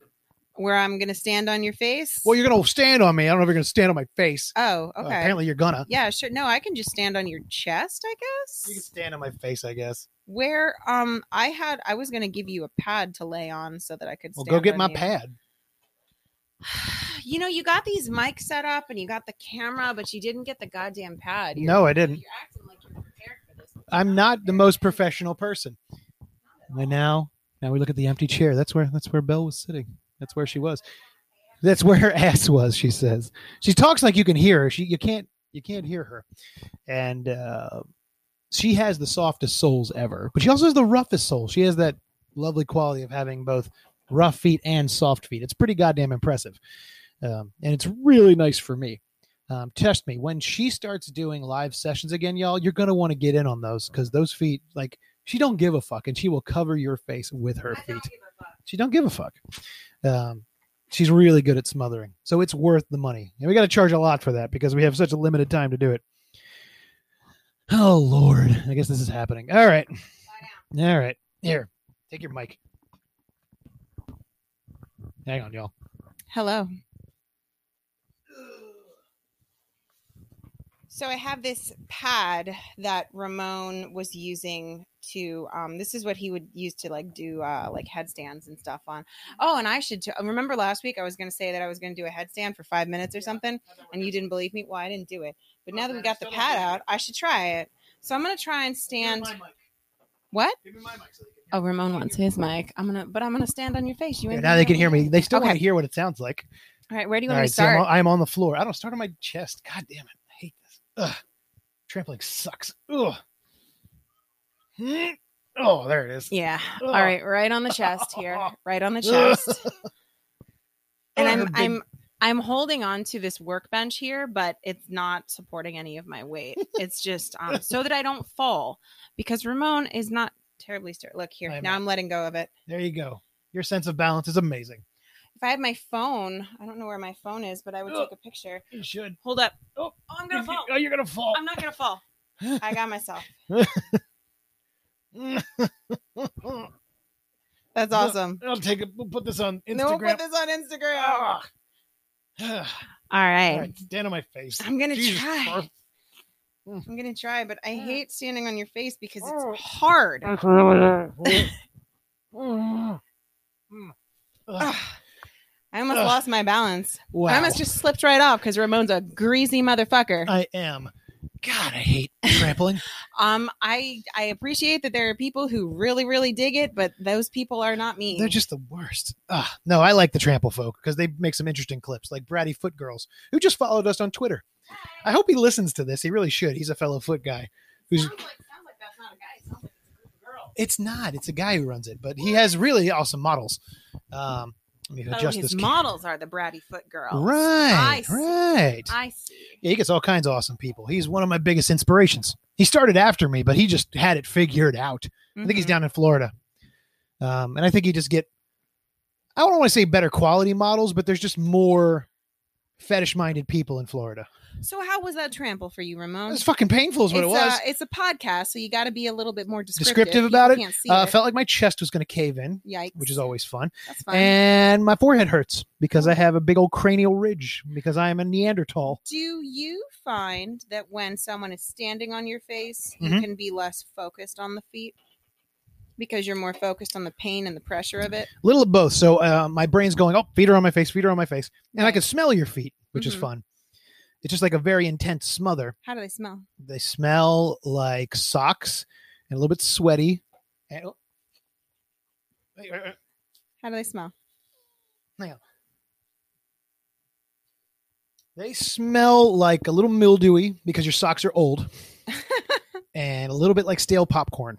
C: Where I'm gonna stand on your face.
B: Well, you're going to stand on me. I don't know if you're going to stand on my face.
C: Oh,
B: Uh,
C: okay.
B: apparently, you're gonna.
C: yeah, sure. No, I can just stand on your chest, I
B: You can
C: guess.
B: stand on my face, I guess.
C: Where um I had I was gonna give you a pad to lay on so that I could
B: Well,
C: stand
B: go get
C: on
B: my
C: you.
B: pad.
C: *gasps* you know, you got these mics set up and you got the camera, but you didn't get the goddamn pad. You're-
B: No, I didn't.
C: You're acting like you're prepared for this.
B: I'm not the most professional person. And now, now we look at the empty chair. That's where that's where Belle was sitting. That's where she was. That's where her *laughs* ass was. She says she talks like you can hear her. She you can't you can't hear her, and uh, she has the softest soles ever. But she also has the roughest soles. She has that lovely quality of having both rough feet and soft feet. It's pretty goddamn impressive, um, and it's really nice for me. Um, test me when she starts doing live sessions again, y'all. You're gonna want to get in on those because those feet, like she don't give a fuck, and she will cover your face with her feet. She don't give a fuck. Um, she's really good at smothering, so it's worth the money. And we got to charge a lot for that because we have such a limited time to do it. Oh Lord, I guess this is happening. All right, all right. Here, take your mic. Hang on, y'all.
C: Hello. So I have this pad that Ramon was using to. Um, this is what he would use to like do uh, like headstands and stuff on. Oh, and I should t- remember last week I was going to say that I was going to do a headstand for five minutes or something, and you didn't believe me. Well, I didn't do it.
B: Oh,
C: But now that we got the pad out, I should try it. So I'm going to try and stand. What? Oh, Ramon wants his mic. I'm gonna, but I'm gonna stand on your face. You
B: Yeah,
C: ain't
B: now they can hear me. They still
C: Okay.
B: can't hear what it sounds like.
C: All right, where do you
B: All
C: want
B: right,
C: to
B: see, I'm,
C: start?
B: on, I'm on the floor. I don't start on my chest. God damn it. I hate this. Ugh. Trampling sucks. Ugh. Hmm. Oh, there it is.
C: yeah.
B: Ugh.
E: All right, right on the chest
B: *laughs*
E: here, right on the chest. and
B: Ugh,
E: I'm
B: big-
E: I'm I'm holding on to this workbench here, but it's not supporting any of my weight. It's just um, so that I don't fall because Ramon is not terribly sturdy. Look here,
B: I
E: now
B: know.
E: I'm letting go of it.
B: There you go. Your sense of balance is amazing.
E: If I had my phone, I don't know where my phone is, but I would
B: Ugh.
E: take a picture.
B: You should.
E: Hold up.
B: Oh,
E: I'm
B: *laughs*
E: gonna fall.
B: Oh, you're gonna fall.
E: I'm not gonna fall. I got
B: *laughs*
E: myself.
C: That's
B: No,
C: awesome.
B: *laughs* I'll take it. We'll put this on Instagram.
C: No, we'll put this on Instagram.
B: Ah. *sighs* All
E: All right.
B: right, stand on my face.
C: I'm gonna
B: Jesus
C: try.
B: Christ.
C: I'm gonna try, but I hate standing on your face because
B: Oh.
C: it's hard.
B: Uh,
C: *laughs*
B: Ugh.
C: Ugh. I almost
B: Ugh.
C: lost my balance. I
B: Wow. Uh.
C: almost just slipped right off because Ramon's a greasy motherfucker.
B: I am. God, I
C: *laughs*
B: hate trampling.
C: Um, I I appreciate that there are people who really really dig it, but those people are not me.
B: They're just the worst. Ugh. No, I like the trample folk because they make some interesting clips, like Bratty Foot Girls, who just followed us on Twitter. I hope he listens to this. He really should. He's a fellow foot guy. Who's it's not. It's a guy who runs it, but he has really awesome models. Um, let me
C: Oh,
B: adjust
C: his
B: this. ca-
C: models are the bratty foot girls. I
B: Right,
C: see.
B: right.
C: I see.
B: Yeah, he gets all kinds of awesome people. He's one of my biggest inspirations. He started after me, but he just had it figured out. I think he's
C: Mhm.
B: down in Florida. Um, and I think you just get, I don't want to say better quality models, but there's just more fetish minded people in Florida.
C: So how was that trample for you, Ramon?
B: It's fucking painful, is what it
C: Uh-huh. It's,
B: was.
C: Uh, it's a podcast, so you got to be a little bit more descriptive,
B: Descriptive
C: People
B: about it?
C: Can't see
B: Uh,
C: it.
B: felt like my chest was going to cave in,
C: Yikes!
B: which is always fun.
C: that's fine.
B: And my forehead hurts because I have a big old cranial ridge because I am a Neanderthal.
C: Do you find that when someone is standing on your face, you
B: Mhm.
C: can be less focused on the feet because you're more focused on the pain and the pressure of it?
B: little of both. So uh, my brain's going, oh, feet are on my face, feet are on my face, and I
C: Right.
B: can smell your feet, which is
C: Mhm.
B: fun. It's just like a very intense smother.
C: How do they smell?
B: They smell like socks and a little bit sweaty. And, oh. Hey, uh, uh,
C: How do they smell?
B: They smell like a little mildewy because your socks are old, and a little bit like stale popcorn.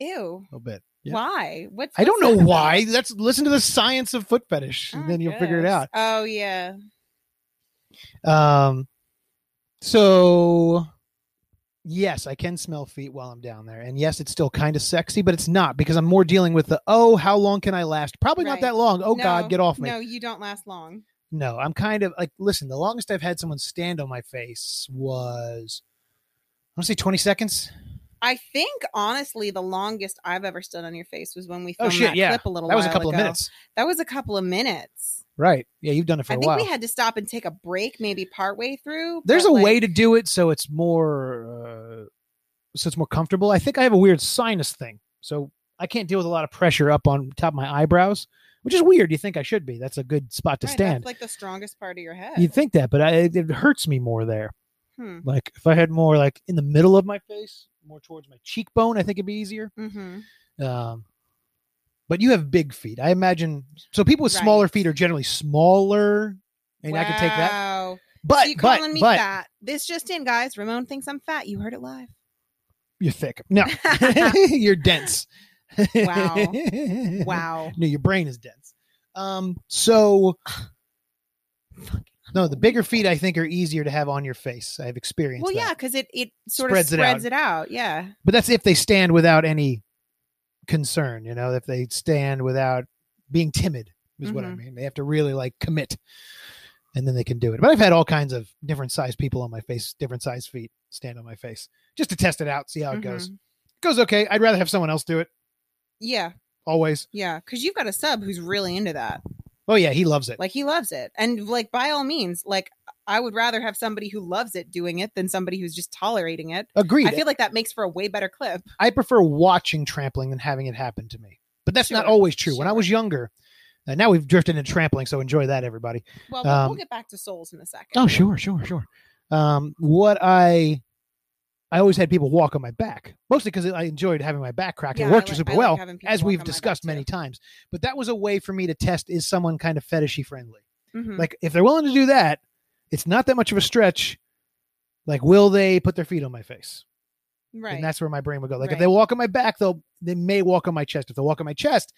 C: Ew.
B: A little bit. Yeah.
C: Why? What's
B: I don't
C: what's
B: know
C: *laughs* that
B: why.
C: about?
B: That's listen to the science of foot fetish, and
C: I
B: *laughs* then you'll figure it out.
C: guess. Oh yeah.
B: Um, so yes, I can smell feet while I'm down there, and yes, it's still kind of sexy, but it's not because I'm more dealing with the oh, how long can I last? Probably not
C: Right.
B: that long. Oh
C: No,
B: God, get off me!
C: No, you don't last long.
B: No, I'm kind of like listen. The longest I've had someone stand on my face was I want to say 20 seconds.
C: I think honestly, the longest I've ever stood on your face was when we
B: Oh,
C: filmed
B: shit,
C: that
B: yeah.
C: clip a little.
B: That was a
C: while
B: couple
C: ago.
B: of minutes,
C: That was a couple of minutes.
B: right? Yeah, you've done it for
C: I
B: a
C: think
B: while.
C: we had to stop and take a break, maybe partway through.
B: There's a
C: but, like,
B: way to do it so it's more uh, so it's more comfortable. I think I have a weird sinus thing, so I can't deal with a lot of pressure up on top of my eyebrows, which is weird. You think I should be? That's a good spot to
C: Right,
B: stand.
C: That's like the strongest part of your head.
B: You'd think that, but I, it it hurts me more there.
C: hmm.
B: Like if I had more like in the middle
C: Mm-hmm.
B: of my face, more towards my cheekbone, I think it'd be easier.
C: hmm
B: Um, but you have big feet. I imagine so. People with smaller
C: Right.
B: feet are generally smaller, and I could take that.
C: Wow.
B: But
C: so you
B: but
C: calling me
B: but
C: fat? This just in, guys. Ramon thinks I'm fat. You heard
B: *laughs*
C: it live.
B: you're thick.
C: *laughs*
B: No, *laughs* you're dense.
C: Wow. Wow.
B: No, your brain is dense. Um. So. No, the bigger feet I think are easier to have on your face. I've experienced.
C: Well,
B: that.
C: yeah, because it it sort
B: Spreads
C: of
B: it
C: spreads
B: out.
C: it out. Yeah.
B: but that's if they stand without any concern you know if they stand without being timid is what i
C: Mhm.
B: mean they have to really like commit and then they can do it but i've had all kinds of different size people on my face different size feet stand on my face just to test it out see how it
C: Mm-hmm.
B: goes it goes okay i'd rather have someone else do it
C: Yeah.
B: always
C: Yeah. Because you've got a sub who's really into that.
B: oh yeah he loves it
C: Like he loves it, and like by all means, like I would rather have somebody who loves it doing it than somebody who's just tolerating it.
B: agreed
C: I feel like that makes for a way better clip.
B: I prefer watching trampling than having it happen to me. But that's not
C: Sure,
B: always true. When I
C: sure.
B: was younger, uh, now we've drifted into trampling, so enjoy that, everybody.
C: Well,
B: Um,
C: we'll get back to souls in a second.
B: Oh, sure, sure, sure. Um, what I I always had people walk on my back, mostly because I enjoyed having my back cracked.
C: Yeah,
B: it
C: I
B: worked
C: like-
B: super
C: I like
B: well,
C: having people
B: as
C: walk
B: we've
C: on my back,
B: discussed
C: too.
B: many times. But that was a way for me to test: is someone kind of fetishy friendly?
C: Mhm.
B: Like, if they're willing to do that, it's not that much of a stretch. Like, will they put their feet on my face?
C: right.
B: and that's where my brain would go. Like if
C: Right.
B: they walk on my back, they'll they may walk on my chest. If they walk on my chest,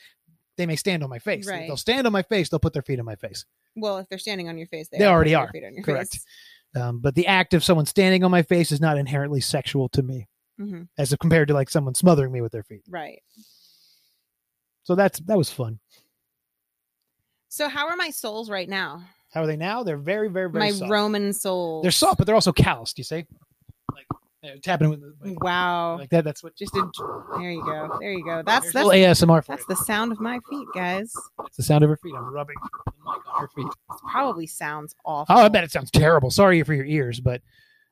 B: they may stand on my face. If
C: Right.
B: they'll stand on my face, they'll put their feet on my face.
C: well, if they're standing on your face, they,
B: They already
C: putting their
B: are.
C: Feet on your
B: Correct.
C: Face.
B: Um, but the act of someone standing on my face is not inherently sexual to me,
C: Mhm.
B: as compared to like someone smothering me with their feet.
C: Right.
B: So that's that was fun.
C: So how are my soles right now?
B: How are they now? They're very, very, very
C: my
B: soft.
C: Roman soles.
B: They're soft, but they're also calloused. You see, like they're tapping with like,
C: Wow.
B: like that. That's what just in,
C: There you
B: *laughs*
C: go. There you go. That's
B: there's
C: that's
B: a little ASMR. For
C: that's
B: you.
C: the sound of my feet, guys.
B: That's the sound of her feet. I'm rubbing my her feet.
C: Probably sounds awful.
B: Oh, I bet it sounds terrible. Sorry for your ears, but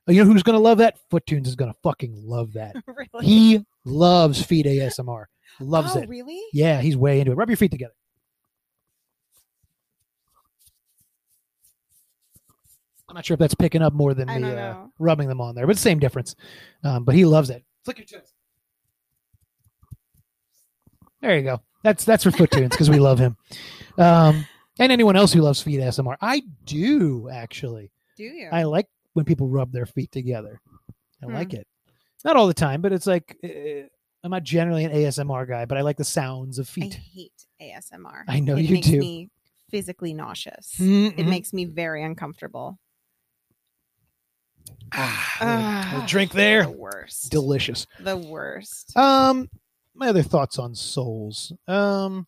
B: uh, you know who's gonna love that? Foottunes is gonna fucking love that.
C: *laughs* really?
B: He loves feet ASMR. Loves
C: oh,
B: it.
C: really?
B: Yeah, he's way into it. Rub your feet together. I'm not sure if that's picking up more than
C: I don't
B: the uh,
C: know.
B: rubbing them on there, but same difference. Um, but he loves it. Flick your toes. There you go. That's that's for Foottunes because we love him, um, and anyone else who loves feet ASMR. I do actually.
C: Do you?
B: I like when people rub their feet together. I
C: Hmm.
B: like it. Not all the time, but it's like eh, I'm not generally an ASMR guy, but I like the sounds of
C: I
B: feet. *laughs*
C: hate ASMR.
B: I know
C: it
B: you
C: makes
B: do. Mm-hmm.
C: Me physically nauseous. It
B: Mm-mm.
C: makes me very uncomfortable.
B: Ah,
C: *sighs*
B: little- little
C: Ah,
B: drink there.
C: The worst.
B: Delicious.
C: the worst.
B: Um, my other thoughts on soles. Um,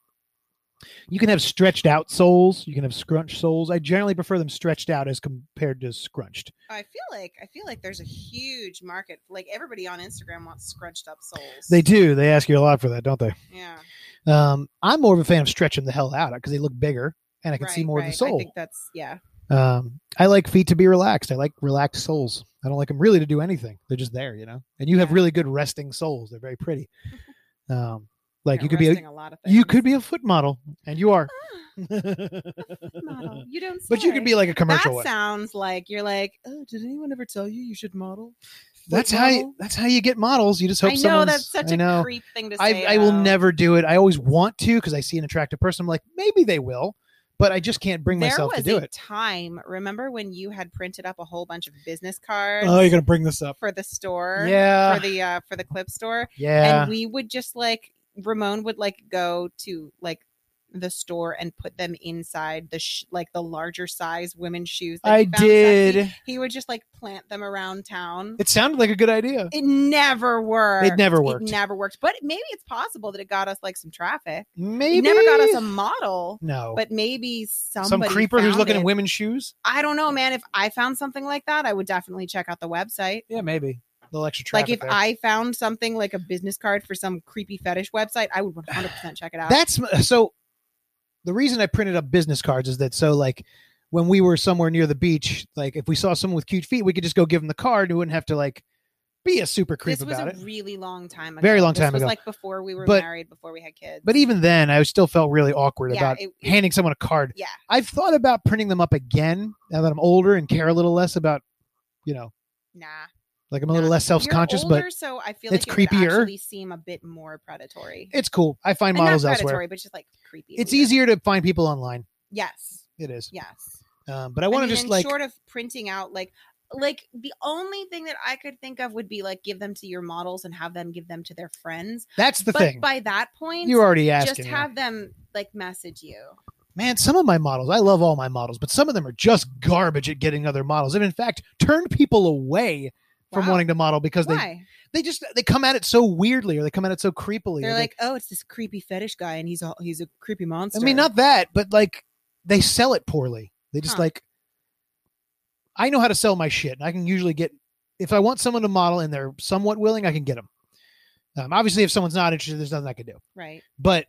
B: you can have stretched out soles. You can have scrunched soles. I generally prefer them stretched out as compared to scrunched.
C: I feel like I feel like there's a huge market. Like everybody on Instagram wants scrunched up souls.
B: They do. They ask you a lot for that, don't they?
C: Yeah.
B: Um, I'm more of a fan of stretching the hell out because they look bigger and I can see
C: Right,
B: more of
C: right.
B: the sole.
C: I think that's yeah.
B: Um, I like feet to be relaxed. I like relaxed soles. I don't like them really to do anything. They're just there, you know. And you have
C: Yeah.
B: really good resting soles. They're very
C: *laughs*
B: pretty. Um, like
C: Yeah,
B: you could be a,
C: resting a lot of
B: you
C: things. *laughs* Ah,
B: could be a foot model, and you are. *laughs*
C: model. You don't.
B: but you could
C: say.
B: be like a
C: That
B: commercial. one.
C: sounds like you're like. Oh, did anyone ever tell you you should model?
B: that's
C: foot
B: how you,
C: model?"
B: that's how you get models. You just hope
C: I know
B: someone's-
C: that's such
B: I know.
C: a creep thing to
B: I,
C: say. um,
B: I will
C: though.
B: never do it. I always want to because I see an attractive person. I'm like, maybe they will, but I just can't bring
C: There
B: myself
C: was
B: to do
C: a
B: it.
C: time. Remember when you had printed up a whole bunch of business cards
B: Oh, you're gonna bring this up?
C: for the store?
B: Yeah,
C: For the uh, for the clip store,
B: yeah.
C: and we would just like Ramon would like go to like the store and put them inside the sh- like the larger size women's shoes. that
B: I
C: he found sexy.
B: did.
C: He would just like plant them around town.
B: It sounded like a good idea.
C: It never worked.
B: It never worked.
C: It never worked. But maybe it's possible that it got us like some traffic.
B: Maybe
C: It never got us a model,
B: no.
C: but maybe somebody
B: some creeper who's
C: found
B: looking at
C: it.
B: women's shoes.
C: I don't know, man. If I found something like that, I would definitely check out the website.
B: Yeah, maybe a little extra traffic.
C: Like if
B: there.
C: I found something like a business card for some creepy fetish website, I would 100% check it out.
B: that's so. The reason I printed up business cards is that so like when we were somewhere near the beach, like if we saw someone with cute feet, we could just go give them the card. We wouldn't have to like be a super creep
C: this was
B: about
C: a
B: it.
C: really long time ago.
B: Very long time
C: this was
B: ago.
C: like before we were
B: But-
C: married, before we had kids.
B: but even then, I still felt really awkward
C: Yeah,
B: about
C: it- it-
B: handing someone a card.
C: yeah,
B: I've thought about printing them up again now that I'm older and care a little less about, you know,
C: nah.
B: Like I'm a little less self conscious, but
C: so I feel
B: it's
C: like it would
B: creepier.
C: actually seem a bit more predatory.
B: it's cool. I find
C: And not
B: models
C: predatory,
B: elsewhere.
C: but just like creepy.
B: It's
C: weird.
B: easier to find people online.
C: Yes,
B: It is.
C: yes.
B: Um, but I want to
C: mean,
B: just
C: and
B: like
C: short of printing out like like the only thing that I could think of would be like give them to your models and have them give them to their friends.
B: that's the
C: but
B: thing.
C: by that point,
B: You're already asking.
C: just
B: me.
C: have them like message you.
B: Man, some of my models, I love all my models, but some of them are just garbage at getting other models. And in fact, turned people away from
C: Wow.
B: wanting to model because they
C: Why?
B: they just they come at it so weirdly or they come at it so creepily.
C: They,
B: or
C: are
B: they-
C: like, oh, it's this creepy fetish guy, and he's a he's a creepy monster.
B: I mean, not that, but like they sell it poorly. They just
C: Huh.
B: like I know how to sell my shit, and I can usually get if I want someone to model and they're somewhat willing, I can get them. Um, obviously, if someone's not interested, there's nothing I can do.
C: right.
B: But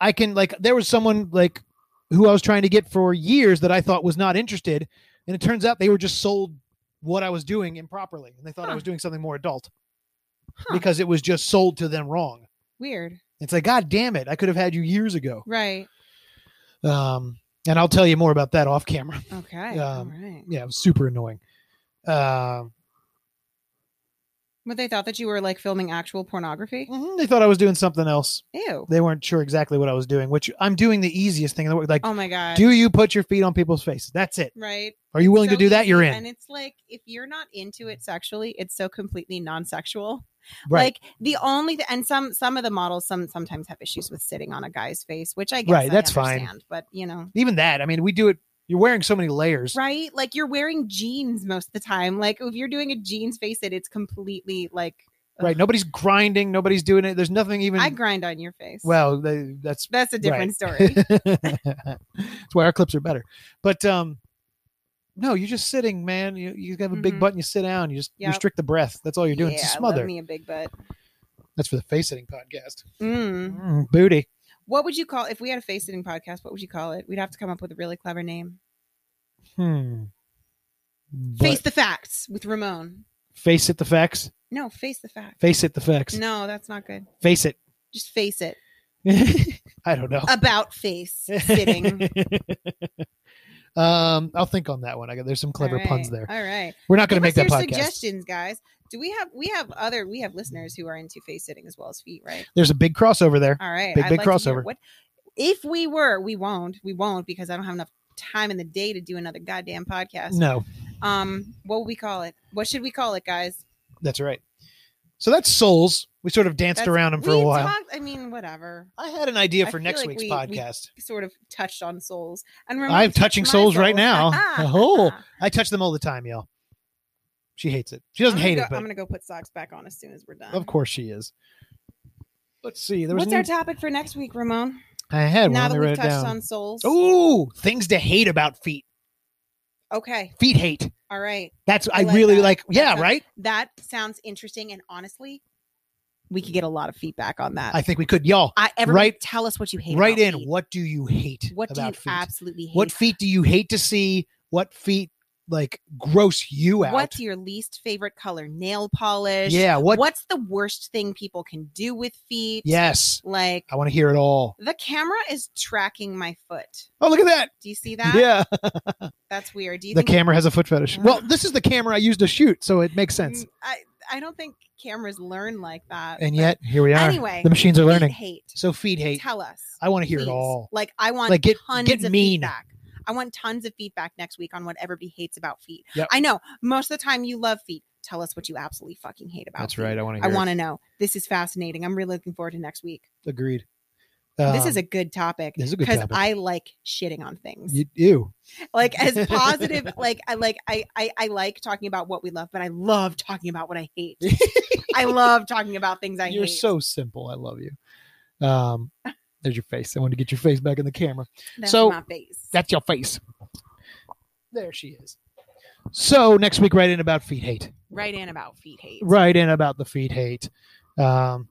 B: I can like there was someone like who I was trying to get for years that I thought was not interested, and it turns out they were just sold what I was doing improperly, and they thought I
C: Huh.
B: was doing something more adult
C: Huh.
B: because it was just sold to them wrong.
C: Weird.
B: It's like, God damn it, I could have had you years ago.
C: Right.
B: Um, and I'll tell you more about that off camera. *laughs*
C: Okay. All
B: Um,
C: right.
B: Yeah, it was super annoying. Um,
C: But they thought that you were like filming actual pornography.
B: mhm, they thought I was doing something else.
C: Ew.
B: They weren't sure exactly what I was doing, which I'm doing the easiest thing in the world. Like,
C: Oh my god.
B: do you put your feet on people's faces? That's it.
C: right.
B: Are you willing
C: so
B: to do that?
C: easy,
B: You're in.
C: And it's like if you're not into it sexually, it's so completely non-sexual.
B: Right.
C: Like the only th- and some some of the models some sometimes have issues with sitting on a guy's face, which I guess
B: Right,
C: I
B: that's fine.
C: understand, But you know,
B: Even that. I mean, we do it. You're wearing so many layers.
C: right? Like you're wearing jeans most of the time. Like if you're doing a jeans face, it it's completely like
B: Right. Nobody's grinding. Nobody's doing it. There's nothing even.
C: I grind on your face.
B: well, they, that's
C: that's a different
B: Right.
C: story.
B: That's why our clips are better. But um no, you're just sitting, man. You you have a big
C: Mhm.
B: butt and you sit down. You just you
C: Yep.
B: restrict the breath. That's all *laughs* you're doing.
C: Yeah,
B: It's a
C: love
B: smother.
C: me a big butt.
B: That's for the face sitting podcast.
C: Mm.
B: Mm, booty.
C: What would you call if we had a face sitting podcast? What would you call it? We'd have to come up with a really clever name.
B: Hmm.
C: Face
B: Face
C: the facts with Ramon.
B: face it the facts.
C: No, face the facts.
B: Face it the facts.
C: No, that's not good.
B: Face it. *laughs*
C: Just face it.
B: I don't know.
C: About face sitting.
B: um, I'll think on that one. I got there's some *laughs* clever
C: All right,
B: puns there.
C: All right.
B: We're not going to make
C: Give
B: that
C: us
B: podcast.
C: your suggestions, guys. Do we have we have other we have listeners who are into face sitting as well as feet, right?
B: There's a big crossover there.
C: All right.
B: Big, big
C: to hear
B: crossover.
C: What if we were, we won't. We won't because I don't have enough time in the day to do another goddamn podcast.
B: No,
C: Um, what would we call it? What should we call it, guys?
B: that's right. So that's souls. We sort of danced
C: That's-
B: around him for
C: we
B: a while.
C: talked- I mean, whatever.
B: I had an idea
C: I
B: for
C: feel
B: next
C: like
B: week's
C: we- we-
B: podcast.
C: Sort of touched on souls. And
B: I'm touching souls right
C: *laughs*
B: now. *laughs* Oh.
C: oh.
B: I touch them all the time, y'all. She hates it. She doesn't
C: I'm gonna
B: hate
C: go-
B: it, but
C: I'm gonna go put socks back on as soon as we're done.
B: of course she is. Let's see. There was
C: What's
B: a
C: our
B: new-
C: topic for next week, Ramon?
B: I had one.
C: now
B: Let
C: that
B: me
C: we've
B: write it
C: touched
B: down.
C: on souls.
B: Ooh, things to hate about feet.
C: Okay.
B: Feet hate.
C: All right.
B: That's I,
C: I like
B: really
C: that.
B: like.
C: That
B: Yeah,
C: sounds-
B: right.
C: That sounds interesting. And honestly, we could get a lot of feedback on that.
B: I think we could, y'all.
C: I, everybody
B: Write-
C: tell us what you hate.
B: Write
C: about
B: in.
C: feet.
B: What do you hate
C: What do you
B: about feet?
C: absolutely hate?
B: What feet do you hate to see? What feet like gross you out?
C: What's your least favorite color? Nail polish.
B: yeah. What?
C: What's the worst thing people can do with feet?
B: Yes.
C: Like
B: I want to hear it all.
C: the camera is tracking my foot.
B: Oh, look at that.
C: Do you see that?
B: yeah.
C: That's weird. Do you
B: the
C: think
B: camera has a foot fetish.
C: Ugh.
B: Well, this is the camera I used to shoot, so it makes sense.
C: Uh-huh. Mm, I, I don't think cameras learn like that.
B: And
C: but
B: yet, here we are.
C: Anyway,
B: the machines are
C: feet
B: learning.
C: hate.
B: So feed hate.
C: Tell us.
B: I want to hear it
C: please.
B: all.
C: Like I want
B: Like, get-
C: tons
B: get
C: of
B: mean.
C: feedback. I want tons of feedback next week on what everybody hates about feet.
B: Yep.
C: I know most of the time you love feet. Tell us what you absolutely fucking hate about. feet.
B: I want
C: I want to know. This is fascinating. I'm really looking forward to next week.
B: Agreed.
C: this is a
B: Um,
C: good topic
B: this is a good
C: because
B: topic.
C: I like shitting on things.
B: you, ew.
C: like
B: *laughs*
C: as positive. like I like I, I I like talking about what we love, but I love talking about what I
B: *laughs*
C: hate. I love talking about things I
B: You're
C: hate.
B: so simple. I love you. Um, there's your face. I wanted to get your face back in the camera.
C: That's
B: so-
C: my face.
B: That's your face. There she is. So next week, write in about feed hate.
E: Write in about feet hate.
B: Write in about the feed hate. Um,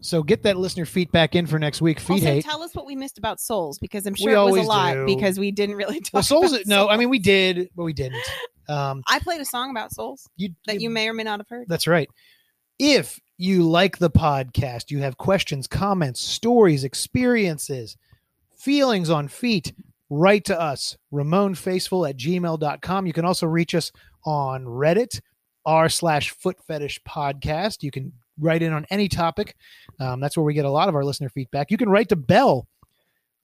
B: so get that listener feedback in for next week. Feed
C: also,
B: hate.
C: tell us what we missed about souls because I'm
B: We
C: sure it was
B: always
C: a lot
B: do.
C: because we didn't really talk.
B: Well, souls.
C: about
B: No, I mean we did, but we didn't. Um,
C: I played a song about souls
B: you,
C: that you may or may not have heard.
B: That's right. If you like the podcast, you have questions, comments, stories, experiences, feelings on feet, write to us, ramonfaithful at gmail.com. You can also reach us on Reddit, r slash foot fetish podcast. You can write in on any topic. Um, that's where we get a lot of our listener feedback. You can write to Bell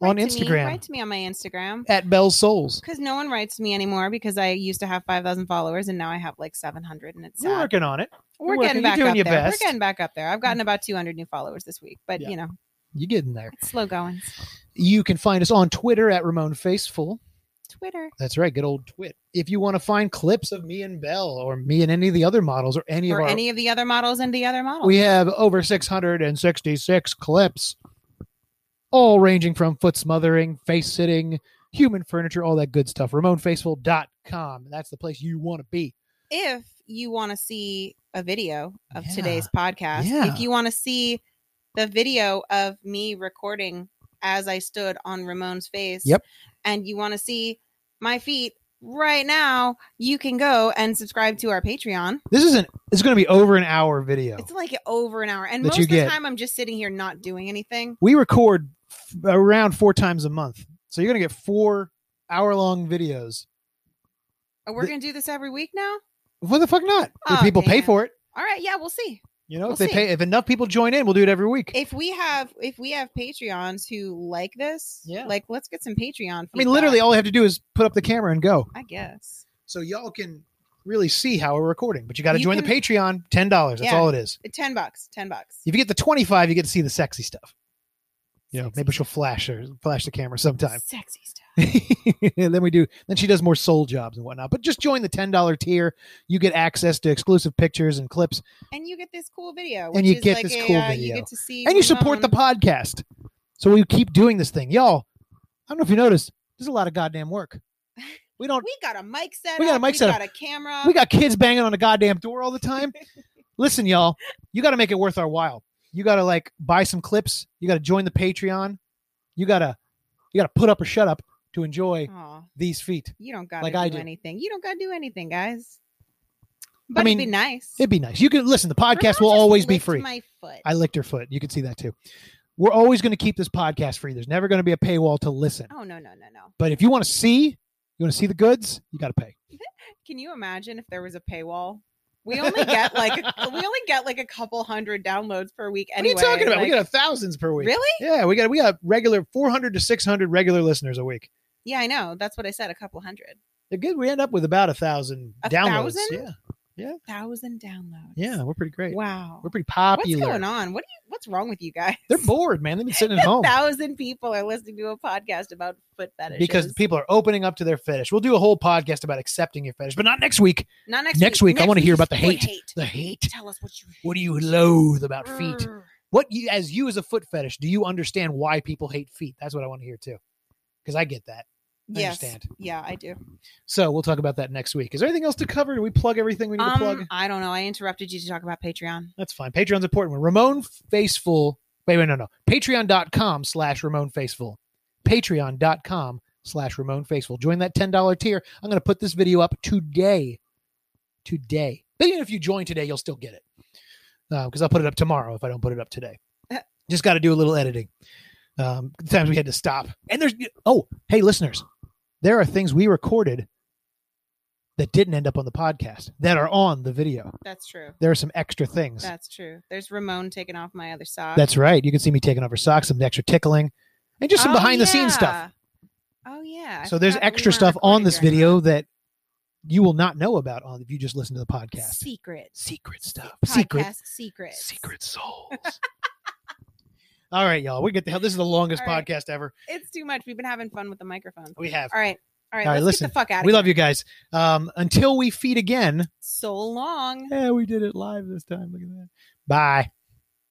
B: on
C: Write to me-
B: Instagram
C: write to me on my Instagram
B: at Bell Souls.
C: because no one writes to me anymore because I used to have five thousand followers and now I have like seven hundred and it's
B: We're
C: sad.
B: working on it.
C: We're,
B: you're working-
C: getting
B: you're
C: back
B: doing
C: up
B: your
C: there.
B: best.
C: We're getting back up there. I've gotten about two hundred new followers this week, but
B: Yeah.
C: you know
B: You getting there?
C: it's slow going.
B: You can find us on Twitter at Ramon Faceful.
C: Twitter.
B: That's right, good old Twit. If you want to find clips of me and Bell, or me and any of the other models, or any
C: or
B: of our,
C: any of the other models and the other models.
B: we have over 666 clips, all ranging from foot smothering, face sitting, human furniture, all that good stuff. RamonFaceful.com. That's the place you want to be.
C: if you want to see a video of
B: Yeah.
C: today's podcast,
B: Yeah.
C: if you want to see the video of me recording as I stood on Ramon's face,
B: Yep.
C: and you want to see my feet right now, you can go and subscribe to our Patreon.
B: This isn't. It's going to be over an hour video.
C: It's like over an hour, and
B: That
C: most
B: you
C: of the
B: get.
C: time I'm just sitting here not doing anything.
B: we record f- around four times a month, so you're going to get four hour-long videos.
C: Oh, we're
B: The-
C: gonna do this every week now.
B: Why the fuck not? If
C: Oh,
B: people pay
C: damn.
B: for it,
C: All right, yeah, we'll see.
B: you know,
C: We'll
B: if they
C: see.
B: pay, if enough people join in, we'll do it every week.
C: If we have if we have Patreons who like this,
B: Yeah.
C: like let's get some Patreon.
B: I mean,
C: feedback.
B: literally, all we have to do is put up the camera and go.
C: I guess.
B: So y'all can really see how we're recording. But you got to
C: You
B: join the
C: can-
B: Patreon. Ten dollars. That's
C: Yeah.
B: all it is.
C: 10 Uh, bucks 10 bucks
B: If you get the twenty-five, you get to see the sexy stuff. You know,
C: Sexy
B: maybe she'll flash or flash the camera sometime. *laughs*
C: sexy stuff
B: and then we do. Then she does more soul jobs and whatnot. But just join the ten dollar tier. You get access to exclusive pictures and clips.
C: and you get this cool video
B: And
C: which
B: you
C: is
B: get
C: like
B: this
C: a,
B: cool
C: uh, you
B: video.
C: get to see um,
B: and you support the
C: Ramon.
B: podcast. So we keep doing this thing, y'all. I don't know if you noticed. There's a lot of goddamn
C: *laughs*
B: work. We don't.
C: we got a mic set
B: We got a mic
C: we
B: set up.
C: got a camera
B: We got kids banging on the goddamn door all the
C: *laughs*
B: time. Listen, y'all. You got to make it worth our while. You got to like buy some clips. You got to join the Patreon. You gotta you gotta put up or shut up to enjoy
C: Aw,
B: these feet.
C: you don't gotta
B: Like
C: do,
B: I do.
C: anything you don't gotta do anything guys but
B: mean,
C: it'd be nice
B: It'd be nice. You can listen. The podcast
C: Ramon
B: will
C: just
B: always be
C: licked
B: free.
C: my foot
B: I licked her foot. You can see that too. We're always going to keep this podcast free. There's never going to be a paywall to listen.
C: oh no no no no
B: But if you want to see, you want to see the goods, you got to pay.
C: can you imagine if there was a paywall we only get like
B: *laughs*
C: a, we only get like a couple hundred downloads per week anyway
B: what are you talking about?
C: like-
B: we got a thousands per week.
C: really
B: Yeah, we got we got regular 400 to 600 regular listeners a week.
C: yeah i know that's what i said a couple hundred
B: They're good. We end up with about a thousand
C: A
B: downloads.
C: thousand?
B: Yeah,
C: thousand downloads
B: yeah, we're pretty great.
C: wow
B: We're pretty
C: What's
B: popular.
C: going on? What do you? What's wrong with you guys?
B: *laughs* They're bored, man. They've been
C: *laughs*
B: sitting at home
C: Thousand people are listening to a podcast about foot fetishes
B: because people are opening up to their fetish. We'll do a whole podcast about accepting your fetish, but not next week.
C: not next
B: next week, I wanna hear
C: is
B: about the
C: foot
B: hate. The hate.
C: Tell us what you.
B: What do you loathe about feet?
C: Grr.
B: What you as you as a foot fetish, do you understand why people hate feet? That's what I want to hear too. Cuz I get that.
C: Yes.
B: understand.
C: Yeah, I do.
B: So, we'll talk about that next week. Is there anything else to cover? Do we plug everything we need to plug?
C: Um, I don't know. I interrupted you to talk about Patreon.
B: That's fine. Patreon's important. When Ramon Faceful, wait, wait, no, no. Patreon.com slash Ramon Faceful. Patreon.com slash Ramon Faceful. Join that $10 tier. I'm going to put this video up today. Today. But even if you join today, you'll still get it. Because I'll put it up tomorrow if I don't put it up today. Just got to do a little editing. Um, the times we had to stop. And there's, oh, hey, listeners, there are things we recorded that didn't end up on the podcast that are on the video.
C: That's true.
B: There are some extra things.
C: That's true. There's Ramon taking off my other sock.
B: That's right. You can see me taking off her socks, some extra tickling, and just some
C: Oh,
B: behind the scenes stuff.
C: yeah. Oh yeah. I
B: So there's
C: forgot that we
B: extra
C: weren't
B: stuff on
C: recording
B: this
C: during
B: video that you will not know about on if you just listen to the
C: that.
B: podcast.
C: Secrets.
B: Secret stuff. Secret.
C: Podcast secrets.
B: Secret souls. *laughs* All right, y'all. We get the hell. This is the longest
C: All right.
B: podcast ever.
C: It's too much. We've been having fun with the microphone.
B: We have.
C: All right. All right.
B: All right,
C: let's
B: listen.
C: get the fuck out of
B: We
C: here.
B: love you guys. Um, until we feed again.
C: So long.
B: Yeah, we did it live this time. Look at that. Bye.